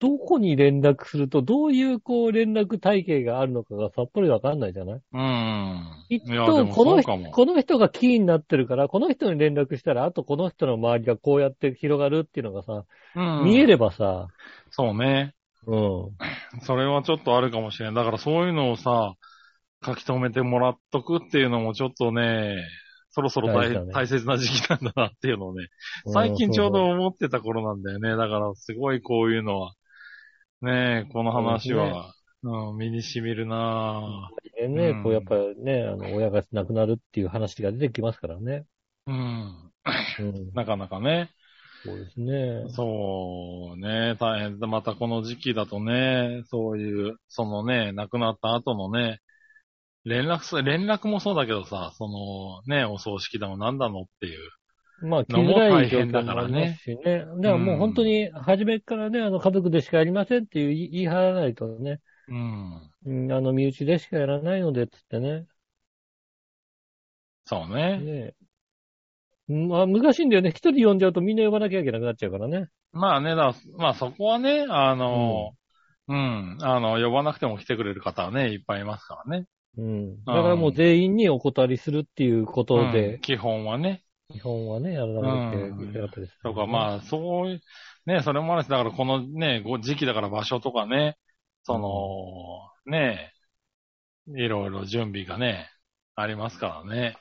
B: どこに連絡すると、どういうこう連絡体系があるのかがさっぱりわかんないじゃない
C: うん。
B: きっ
C: いやで
B: と、
C: も
B: こ
C: そ
B: の
C: う
B: 人
C: かも、
B: この人がキーになってるから、この人に連絡したら、あとこの人の周りがこうやって広がるっていうのがさ、
C: うん、
B: 見えればさ、
C: そうね。
B: うん。
C: それはちょっとあるかもしれない。だからそういうのをさ、書き留めてもらっとくっていうのもちょっとね、そろそろ
B: 大事
C: 大,、
B: だね
C: 大切な時期なんだなっていうのをね、最近ちょうど
B: ん、
C: 思ってた頃なんだよね。だからすごいこういうのは、ねえ、この話は、うん、身に染みるなぁ。
B: そうね、
C: うん
B: こうやっぱね、あの、親が亡くなるっていう話が出てきますからね。
C: うん。
B: うん。
C: なかなかね。
B: そうですね。
C: そうね、大変だ。またこの時期だとね、そういう、そのね、亡くなった後のね、連絡す、連絡もそうだけどさ、そのね、お葬式だのなんだのっていう。
B: まあ、来づらい状況
C: のも大変だ
B: に
C: か
B: な
C: ら
B: りま
C: ね
B: すしね。だからもう本当に、初めからね、あの、家族でしかやりませんっていう言い言い張らないとね、
C: うん。
B: うん、あの、身内でしかやらないので、つってね。
C: そうね。
B: ねえ。まあ、難しいんだよね。一人呼んじゃうとみんな呼ばなきゃいけなくなっちゃうからね。
C: まあね、だまあそこはね、あの、うん、あの、呼ばなくても来てくれる方はね、いっぱいいますからね。
B: うん。だからもう全員にお断りするっていうこと
C: うん
B: で、
C: 基本はね。
B: 基本はね、やらなきゃいけなかったです、
C: とか、まあ、そういう、ね、それもあるし、だからこのね、ご時期だから場所とかね、その、ね、いろいろ準備がね、ありますからね。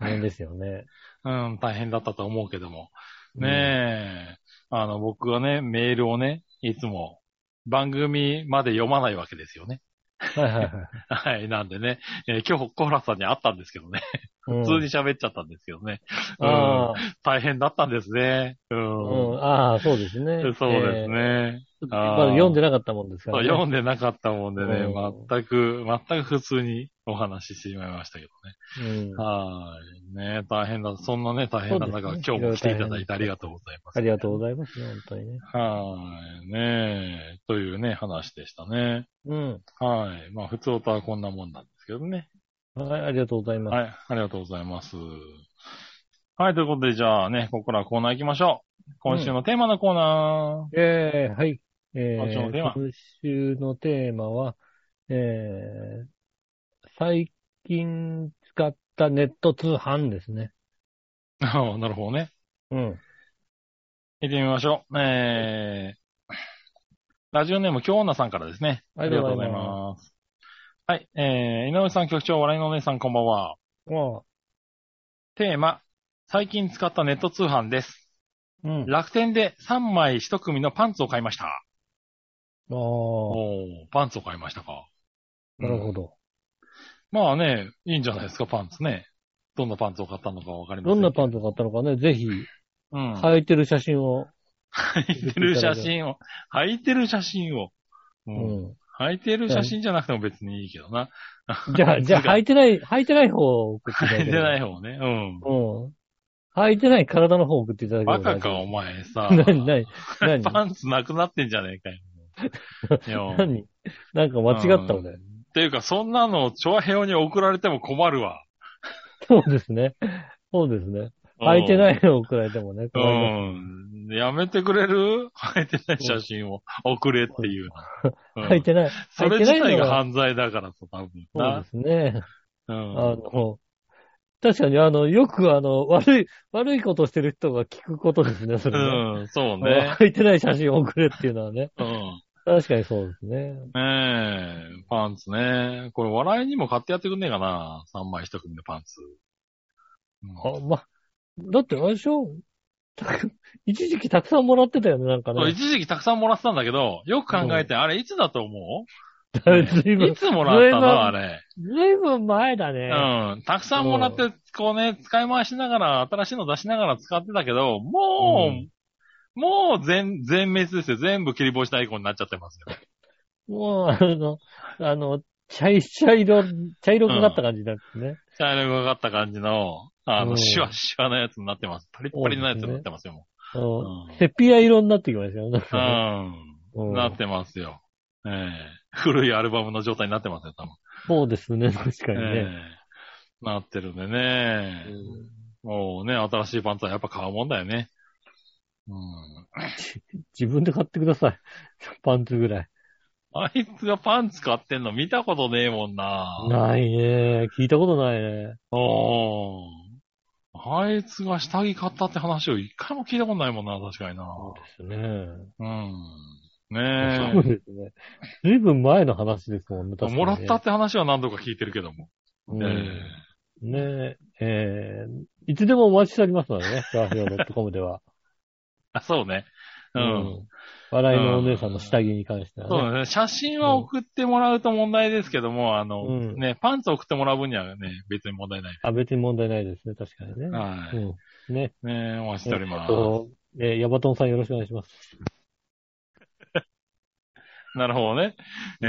B: 大変ですよね。
C: うん、大変だったと思うけども。ねえ、あの、僕はね、メールをね、いつも番組まで読まないわけですよね。
B: うん。はいはいはい。
C: はい、なんでね、えー今日、コーラさんに会ったんですけどね、
B: 普
C: 普通に喋っちゃったんですけどね。うん
B: ああ、
C: 大変だったんですね。
B: う
C: うん。
B: ん、ああ、そうですね。
C: そうです
B: ええ。
C: ね。
B: ま
C: あー
B: だ読んでなかったもんですか
C: そう
B: らね。
C: 読んでなかったもんでね、
B: うん
C: 全く、全く普通にお話ししてしまいましたけど
B: うん
C: ね。。はーい。ね大変だ。そんなね、大変な中、
B: そうですね
C: 今日も来ていただいてありがとうございます。
B: ありがとうご
C: う。
B: ざいますね、本当にね。
C: はーい。ねえ、というね、話でしたね。
B: うん。
C: はい。まあ、普通音はこんなもんなんですけどね。
B: はい、ありがとうございます。
C: はい。ありがとうございます。はい。ということで、じゃあね、ここからコーナー行きましょう。今週のテーマのコーナー。
B: ええはい。え
C: 今週のテーマ
B: ー、今週のテーマは、えー、最近使ったネット通販ですね。
C: なるほどね。
B: うん。
C: 見てみましょう。えー、ラジオネーム、京女さんからですね。
B: ありがとうござい
C: ます。はい、えー、井上さん局長、笑いのお姉さん、こんばんは。
B: まあ、
C: テーマ、最近使ったネット通販です。
B: うん。
C: 楽天で3枚1組のパンツを買いました。
B: ああ、
C: おー、パンツを買いましたか。
B: なるほ
C: ど。
B: ど。
C: まあね、いいんじゃないですか、パンツね。どんなパンツを買ったのかわかりま
B: ど
C: せん
B: ん
C: け
B: なパンツ買ったのかね、ぜひ、
C: うん。履
B: 履いてる写真を。
C: いてる写真を、履いてる写真を。う。
B: うんん。
C: 履いてる写真じゃなくても別にいいけどな。
B: じゃあ、じゃあ、
C: 履
B: 履いてない、履いてない方を送っていただ
C: 履
B: け
C: いて
B: れば
C: ない方ね。うん。
B: うん。履いてない体の方を送っていただけれ
C: バ
B: ば
C: カ
B: 大丈
C: か、
B: 夫
C: お前さ。
B: 何、何、何、
C: パンツなくなってんじゃねえかよ。 よ
B: 何、なんか間違ったのね。
C: っていうか、そんなの、長平に送られても困るわ。
B: そうですね。そうですね。履いてないのを送られてもね。
C: う
B: 困ります
C: ん。うん。やめてくれる履いてない写真を送れっていうの。うん
B: 履いてない。
C: そ
B: 履
C: れ
B: いてな
C: 自
B: いの
C: 体が
B: が。
C: 犯罪だからさ、多分
B: そう
C: な
B: で。すね。
C: う
B: あ
C: ん。
B: の、確かに、あの、よくあの、悪い、悪いことしてる人が聞くことですね、それね。
C: うん、そう
B: あの
C: ね。
B: 入ってない写真を送れっていうのはね。
C: うん。
B: 確かにそうですね。
C: ねえ、パンツね。これ笑いにも買ってやってくんねえかな。3枚1組のパンツ。
B: あ、ま、だって、あれでしょ たく一時期たくさんもらってたよね、なんか
C: そう
B: ね。
C: 一時期たくさんもらってたんだけど、よく考えて、あれいつだと思う、
B: だいぶ随
C: い
B: 分、
C: つもら
B: ずい
C: った
B: ぶん
C: のあれ。
B: ずいぶん前だね。
C: うん。たくさんもらって、こうね、使い回しながら、新しいの出しながら使ってたけど、も
B: う
C: う、
B: ん
C: もう全、全滅ですよ。全部切り干したイコンになっちゃってますよ。
B: もう、あの、あの、茶い茶色、茶色くなった感じだってね。
C: 茶色がかった感じの、あ
B: う
C: の、
B: ん
C: シュワシュワなやつになってます。パリッパリなやつになってますよ、も
B: あ
C: う。
B: のセピア色になってきましたよね。
C: うん。
B: う
C: うんん。なってますよ。ええ古いアルバムの状態になってますよ、多分。
B: そうですね、確かに
C: え
B: ね。
C: えなってるんでね。もうね、新しいパンツはやっぱ買うもんだよね。うん。
B: 自分で買ってください。 パンツぐらい。
C: あいつがパンツ買ってんの見たことねえもんな。
B: ないね。聞いたことないね。
C: おーあいつが下着買ったって話を一回も聞いたことないもんな、確かにな。
B: そうですね。
C: うん。
B: そう
C: ね
B: ですね。ずいぶん前の話ですもんね、
C: え。
B: 確かに、ね。
C: もらったって話は何度か聞いてるけども。
B: うん
C: え
B: ねえ、えーいつでもお待ちしておりますので ね、ガーフィード .com では。
C: あそうね。う。。
B: うん笑いのお姉さんの下着に関してはね。
C: そうだね。写真は送ってもらうと問題ですけども、あの、
B: うん
C: ね、パンツ送ってもらう分にはね、別に問題ない。
B: あ、別に問題ないですね、確かにね。
C: は
B: うん。ね。
C: い。ねお待ちしております。
B: と、えーヤバトンさんよろしくお願いします。
C: なるほどね。ね、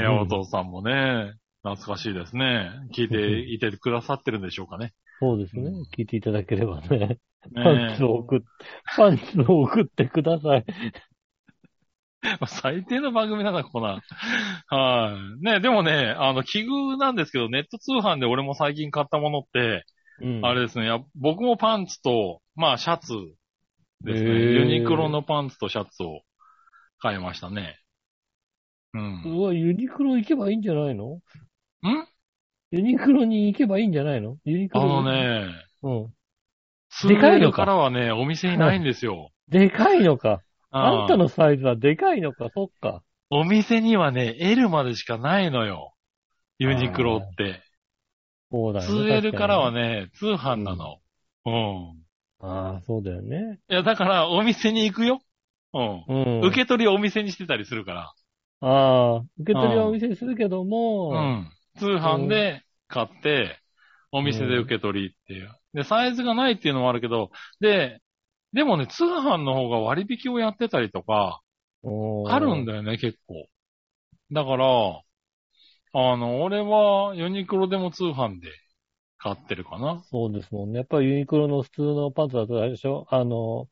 B: うん
C: お父さんもね、懐かしいですね。聞いていてくださってるんでしょう かね。
B: そうですね
C: うん。
B: 聞いていただければね。パン
C: ね
B: ツを送っ、パンツを送ってください。
C: 最低の番組だな、ここな。はい。ね、でもね、あの、奇遇なんですけど、ネット通販で俺も最近買ったものって、
B: うん
C: あれですね、や僕もパンツと、まあ、シャツですね。
B: へー
C: ユニクロのパンツとシャツを買いましたね。うん。
B: うわ、ユニクロ行けばいいんじゃないの
C: ん
B: ユニクロに行けばいいんじゃないのユニク
C: あ
B: ロ。
C: の。ね、
B: うん。
C: ツ
B: で
C: ー
B: かい
C: L
B: のか
C: からはね、お店にないんですよ。
B: でかいのか。 あんた
C: の
B: のサイズはでかいのか、そっか。
C: お店にはね、L までしかないのよ。ユニクロって。
B: そうだよね。
C: 2L からは
B: ね。
C: ね、通販なの。うん。
B: ああ、そうだよね。
C: いや、だから、お店に行くよ。うん。
B: うん。
C: 受け取りお店にしてたりするから。
B: ああ、受け取りはお店にするけども、
C: うん。通販で買って、お店で受け取りっていう。で、サイズがないっていうのもあるけど、で、でもね、通販の方が割引をやってたりとか、
B: おー
C: あるんだよね、結構。だから、あの、俺はユニクロでも通販で買ってるかな。
B: そうですもんね。やっぱりユニクロの普通のパンツだとあれでしょあの、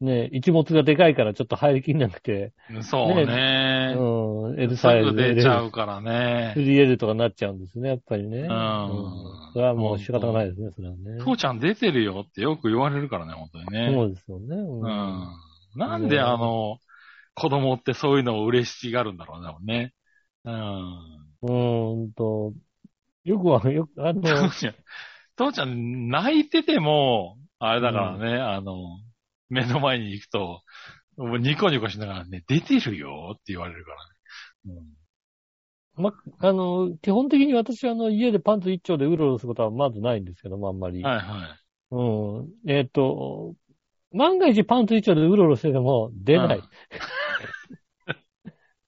B: ね、一物がでかいからちょっと入りきんなくて、
C: そう
B: う
C: ね。
B: ん、L
C: す
B: サイ
C: ぐ
B: ズ、
C: 出ちゃ
B: L
C: うからね。
B: 3L とかなっちゃうんですね、やっぱりね。うんそれはもう仕方ないですね、それはね。
C: 父ちゃん出てるよってよく言われるからね、本当にね。
B: そうですよね。
C: う。
B: うん
C: なんであの、子供ってそういうのを嬉しがるんだろうね、多分ね。うん。
B: うーんと、よくは、よ く、あの、
C: 父ちゃん、父ちゃん泣いてても、あれだからね、あの、目の前に行くと、もうニコニコしながらね、出てるよって言われるからね。
B: あの、基本的に私はあの、家でパンツ一丁でうろうろすることはまずないんですけども、あんま
C: う
B: り。
C: ん、はいはい。
B: うん。えっ、と、万が一パンツ一丁でうろうろしてても出ない。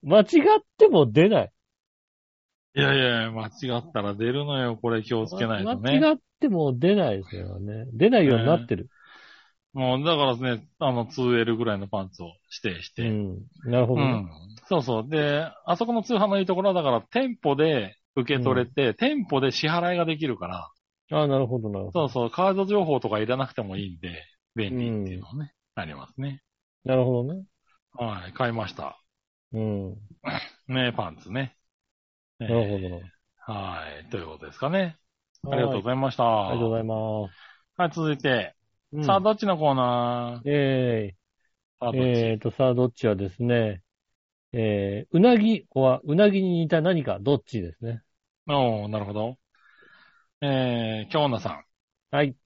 B: 間違っても出ない。
C: いやいや、間違ったら出るのよ、これ気をつけないとね。
B: 間違っても出ないですよね。出ないようになってる。
C: もう、だからね、あの、2L ぐらいのパンツを指定して。
B: うん。なるほ
C: う
B: ど、ね
C: ん。そうそう。で、あそこの通販のいいところは、だから店舗で受け取れて、店舗で支払いができるから、
B: ああ、なるほど、なるほど。
C: そうそう、カード情報とかいらなくてもいいんで、便利っていうのはね、ありますね。
B: なるほどね。
C: はい、買いました。
B: うん。
C: ね、パンツね。ね
B: なるほどな。
C: はい、ということですかね。ありがとうございました。
B: はいありがとうございます。
C: はい、続いて、
B: うん
C: さあ、どっちのコーナ
B: え
C: ーさあ、
B: ー、
C: どっち、
B: えーと、さあ、どっちはですね、えー、うなぎは、うなぎに似た何か、どっちですね。
C: おーなるほど。えー、京奈さん。
B: はい。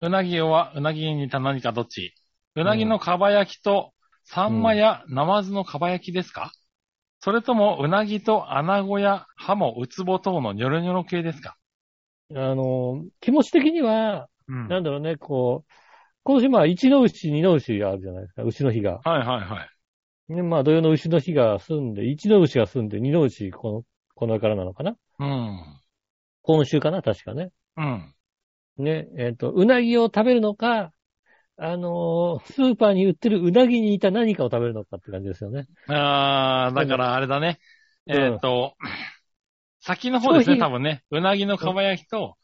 C: うなぎは、うなぎにた何かどっちうなぎのかば焼きと、サンマやナマズのかば焼きですか、それとも、うなぎとアナゴやハモ、ウツボ等のニョロニョロ系ですか
B: あの、気持ち的には、
C: うんは
B: ないんだろうね、こう、今年まあ、一の牛、二の牛あるじゃないですか、牛の日が。
C: はいはい。
B: ね、まあ、土曜の牛の日が住んで、一の牛が住んで、二の牛、この、このからなのかな
C: うん。
B: 今週かな確かね。
C: うん。
B: ね、えっ、と、うなぎを食べるのか、あのースーパーに売ってるうなぎに似た何かを食べるのかって感じですよね。
C: あー、だからあれだね。
B: うん
C: えっ、と、先の方です
B: 商
C: ね、
B: 品
C: 多分ね。うなぎのかば焼きと、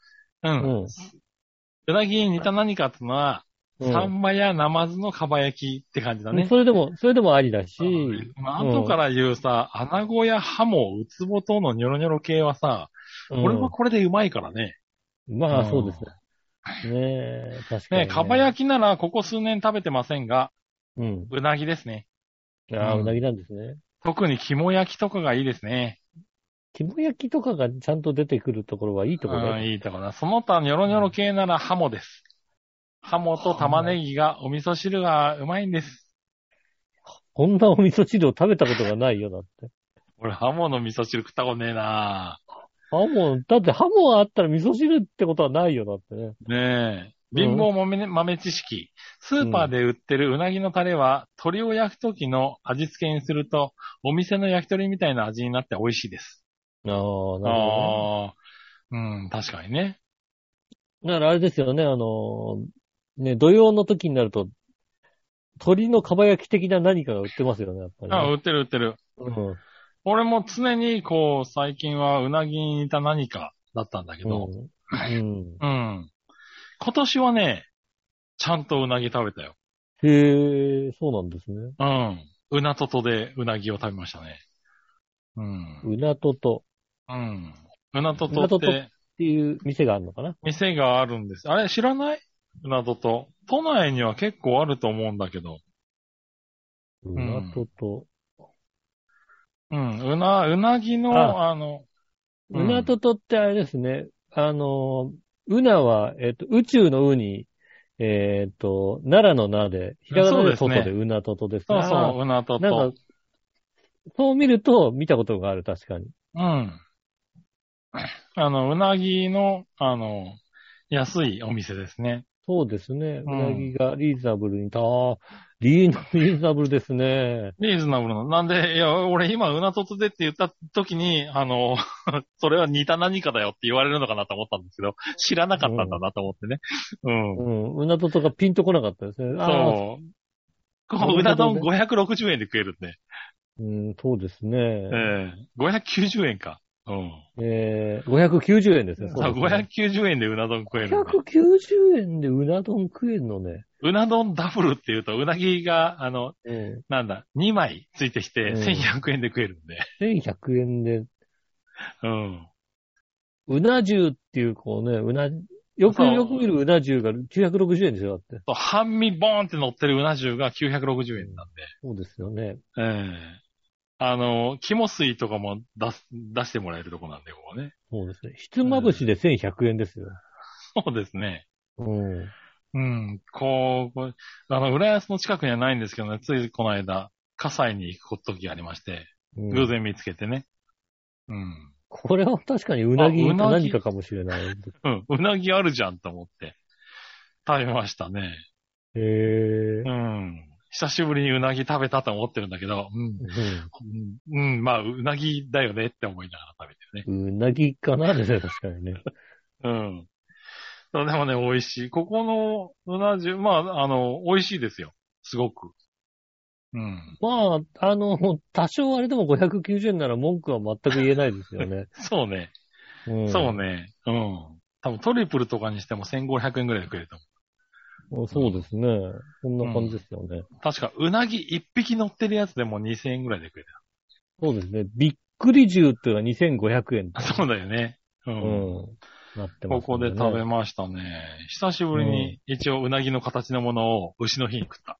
C: う。。
B: うん
C: うなぎに似た何かってのは、
B: うん
C: サンマやナマズのかば焼きって感じだね。
B: それでも、それでもありだし、
C: まあ、後から言うさ、アナゴやハモ、ウツボ等のニョロニョロ系はさ、
B: うん
C: これはこれでうまいからね。
B: ま
C: う
B: あ、
C: ん
B: そうですね。ねえ、確かに、
C: ね、
B: ね。
C: かば焼きならここ数年食べてませんが、
B: き。うん。
C: うなぎですね。
B: ああ、
C: うん
B: うなぎなんですね。
C: 特に肝焼きとかがいいですね。
B: 肝焼きとかがちゃんと出てくるところはいいところ
C: う
B: だ
C: ん
B: よ。
C: いいとこだ。その他ニョロニョロ系ならハモです。ハモと玉ねぎがお味噌汁がうまいんです。
B: こんなお味噌汁を食べたことがないよ、だって。
C: 俺、ハモの味噌汁食ったことねえな
B: ハモ、だってハモがあったら味噌汁ってことはないよ、だってね。
C: ねえ。貧乏豆,、豆知識。スーパーで売ってるうなぎのタレは、鳥を焼くときの味付けにすると、お店の焼き鳥みたいな味になって美味しいです。
B: ああ、なるほど、ね。
C: ああ。うん、確かにね。
B: だからあれですよね、あのー、ね、土曜の時になると、鳥のかば焼き的な何かが売ってますよね、やっぱり、ね。
C: あ売ってる売ってる。
B: うん
C: 俺も常に、こう、最近はうなぎに似た何かだったんだけ
B: う
C: ど、
B: ん。うん。
C: うん。今年はね、ちゃんとうなぎ食べたよ。
B: へえ、そうなんですね。
C: うん。うなととでうなぎを食べましたね。うん。
B: うなとと
C: うん。うなと
B: うな
C: と
B: とと
C: って、
B: っていう店があるのかな
C: 店があるんです。あれ知らないなどと。都内には結構あると思うんだけど。
B: うなとと。
C: うん。うな、うなぎの、あ
B: あ
C: の、う
B: うんなととってあれですね、あのー、うなは、えっ、と、宇宙のうに、えっ、と、奈良のなで、ひらがなで
C: そう
B: と
C: で
B: と
C: すね
B: でうなととです
C: そ
B: ね
C: うそう、うなと
B: なん
C: と
B: か。、そう見ると見たことがある、確かに。
C: うん。あの、うなぎの、あの、安いお店ですね。
B: そうですね。
C: う
B: うんなぎがリーズナブルに、あーリーズリーズナブルですね。
C: リーズナブルな。なんで、いや、俺今、うなととでって言った時に、あの、 それは似た何かだよって言われるのかなと思ったんですけど、知らなかったんだなと思ってね。うん。
B: うん。うなととがピンとこなかったですね。あー
C: そう。こう、うな丼560円で食えるんで。
B: うん、そうですね。
C: ええ590円か。うん。
B: えー、590円ですね。
C: さ
B: そ
C: あ、
B: うですね
C: 590円でうな丼食えるんだ。
B: 590円でうな丼食えるのね。
C: うな丼ダブルっていうと、うなぎが、あの、
B: うん。
C: なんだ、2枚ついてきて、
B: うん
C: 1100円で食えるんで。
B: 1100円で、
C: うん。
B: うな重っていう、こうね、うな、よくよく見るうな重が960円ですよ、だって。
C: と半身ボーンって乗ってるうな重が960円なんで。
B: そうですよね。
C: ええあの、肝水とかも出す、出してもらえるとこなんで、ここね。
B: そうですね。ひつまぶしで1100円ですよ。
C: そうですね。
B: うん。
C: うん。こう、こうあの、浦安の近くにはないんですけどね、ついこの間、火災に行く時がありまして、
B: うん
C: 偶然見つけてね。うん。
B: これは確かにうなぎ
C: あう
B: と
C: な
B: 何
C: ぎ
B: かかもしれない。
C: うん、うなぎあるじゃんと思って。食べましたね。
B: へぇ
C: う
B: ー。
C: ん。久しぶりにうなぎ食べたと思ってるんだけど、うん。うん、うんまあ、うなぎだよねって思いながら食べてるね。
B: うんうなぎかなですね、確かにね。
C: うん。そうでもね、美味しい。ここのうな重、まあ、あの、美味しいですよ。すごく。うん。
B: まあ、あの、多少あれでも590円なら文句は全く言えないですよね。
C: そうね。
B: うん
C: そう。ね。うん。多分トリプルとかにしても1500円ぐらいで食えると思
B: そうですね。こんな感じですよね。
C: う。確か、うなぎ1匹乗ってるやつでも2000円ぐらいで食え
B: そうですね。びっくり重っていうのは2500円。
C: た。 そうだよね。
B: うん。なってます、ね。
C: ここで食べましたね。久しぶりに一応うなぎの形のものを牛の日に食った。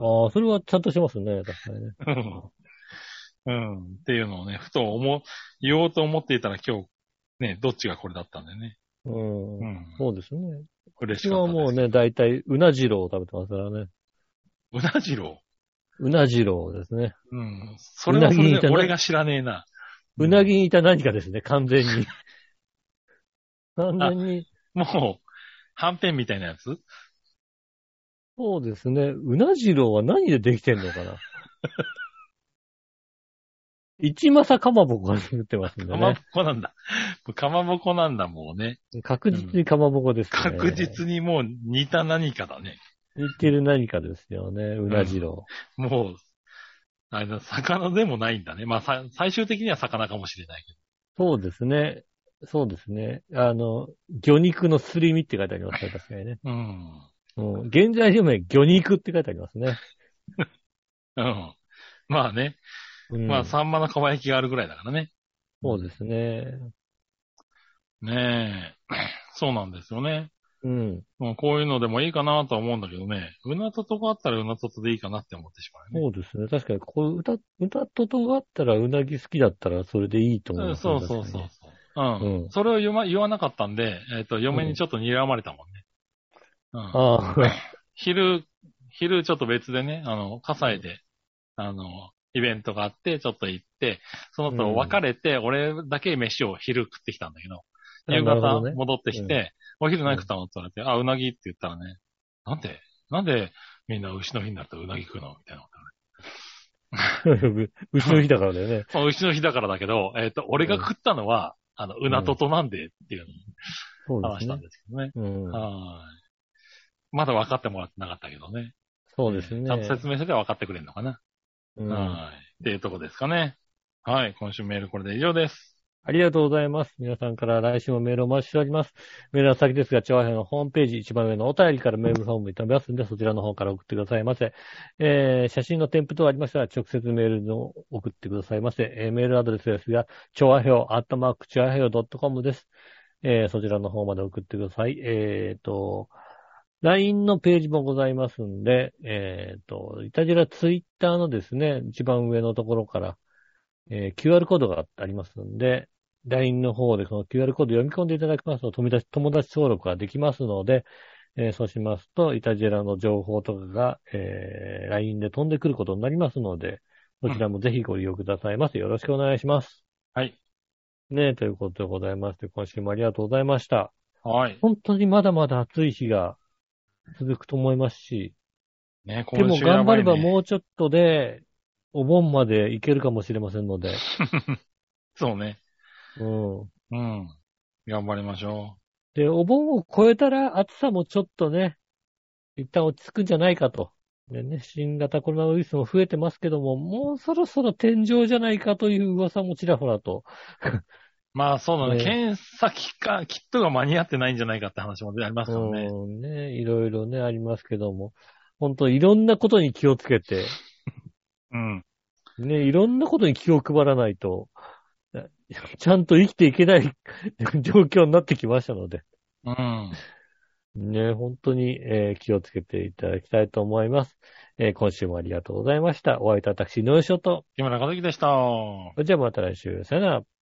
B: ああ、それはちゃんとしますね。確かにね。
C: うん。っていうのをね、ふと思う、言おうと思っていたら今日、ね、どっちがこれだったんだよね。
B: うん
C: う。ん。
B: そうですね。
C: 嬉し
B: 私
C: か
B: は
C: ったです。
B: もうね、だいたい、うなじろうを食べてますからね。
C: うなじろ
B: うなじろうですね。
C: う。うん。それはそれ
B: うなぎじゃ
C: で
B: ない
C: 俺が知らねえな。
B: うなぎにいた何かですね、完全 に。完全に。
C: もう、はんぺんみたいなやつ
B: そうですね。うなじろうは何でできてんの かな一政かまぼこが作ってますんで
C: かまぼ
B: ね。
C: こなんだ。かまぼこなんだ、もうね。
B: 確実にかまぼこですね。
C: 確実にもう似た何かだね。
B: 似てる何かですよね、うなじろ
C: もう、あれだ、魚でもないんだね。まあ、さ最終的には魚かもしれないけ
B: う。そうですね。そうですね。あの、魚肉のすり身って書いてありますね、確かにね。
C: ど。うん。
B: うん。現在表名、魚肉って書いてありますね。
C: うん。まあね。
B: うん、
C: まあ、サンマの蒲焼きがあるぐらいだからね。
B: そうですね。
C: ねえ。 そうなんですよね。
B: うん。
C: うんこういうのでもいいかなとは思うんだけどね。うなととがあったらうなととでいいかなって思ってしまうよね。
B: そうですね。確かに、ここ、歌、歌ととがあったら、うなぎ好きだったら、それでいいと思
C: うん
B: う。
C: そうそうそ
B: 確
C: う
B: か
C: そう。うん。
B: うん
C: それを言わ言わなかったんで、えっ、と、嫁にちょっと睨まれたもんね。うん。
B: に。あ
C: 昼、昼ちょっと別でね、あの、火災で、あの、イベントがあって、ちょっと行って、その後別れて、俺だけ飯を昼食ってきたんだけど、
B: あ、
C: 夕
B: なるほ
C: 方
B: どね。
C: 戻ってきて、お昼何食ったのって言われて、あ、うなぎって言ったらね、なんで、なんでみんな牛の日になるとうなぎ食うのみたいなこと言われて。
B: うちの日だからだよね。
C: まあ、牛の日だからだけど、えっ、と、俺が食ったのは、あの、うなととなんでっていう
B: そう
C: のを
B: で
C: 話し
B: す
C: た
B: ね
C: ん。ですけどね。
B: うん。
C: はーい。まだ分かってもらってなかったけどね。
B: そうですね。
C: ちゃんと説明して分かってくれるのかな。
B: うん
C: はい。っていうとこですかね。はい。今週メールこれで以上です。
B: ありがとうございます。皆さんから来週もメールをお待ちしております。メールは先ですが、調和編のホームページ一番上のお便りからメールフォームに飛びますので、そちらの方から送ってくださいませ。えー、写真の添付等ありましたら、直接メールの送ってくださいませ。えー、メールアドレスですが、調和表、アットマーク、調和表 .com です。えー、そちらの方まで送ってください。えーと、LINE のページもございますんで、えーと、イタジラツイッターのですね、一番上のところから、えー QR コードがありますんで、LINE の方でその QR コード読み込んでいただきますと、友達友達登録ができますので、えーそうしますと、イタジェラの情報とかが、えー LINE で飛んでくることになりますので、そちらもぜひご利用くださいませ。よろしくお願いします。
C: はい。
B: ねえ、ということでございまして、今週もありがとうございました。
C: はい。
B: 本当にまだまだ暑い日が続くと思いますし、
C: ね、今
B: でも
C: 週や
B: 頑張
C: ば
B: れ
C: い、ね、
B: ばもうちょっとで、お盆まで行けるかもしれませんので、
C: そうね。
B: うん。
C: うん。頑張りましょ
B: で、お盆を超えたら暑さもちょっとね、一旦落ち着くんじゃないかと。でね、新型コロナウイルスも増えてますけども、もうそろそろ天井じゃないかという噂もちらほらと。
C: う。まあ、そうだ
B: ね
C: ね。検査機関、キットが間に合ってないんじゃないかって話もありますからね。
B: うんね、いろいろね、ありますけども。本当いろんなことに気をつけて、
C: うん。
B: ね、いろんなことに気を配らないと、なちゃんと生きていけない 状況になってきましたので。
C: うん。
B: ね、本当に、えー気をつけていただきたいと思います。えー今週もありがとうございました。お会いいたい私、ノーショット。
C: 木村和樹でした。
B: じゃあまた来週。さよなら。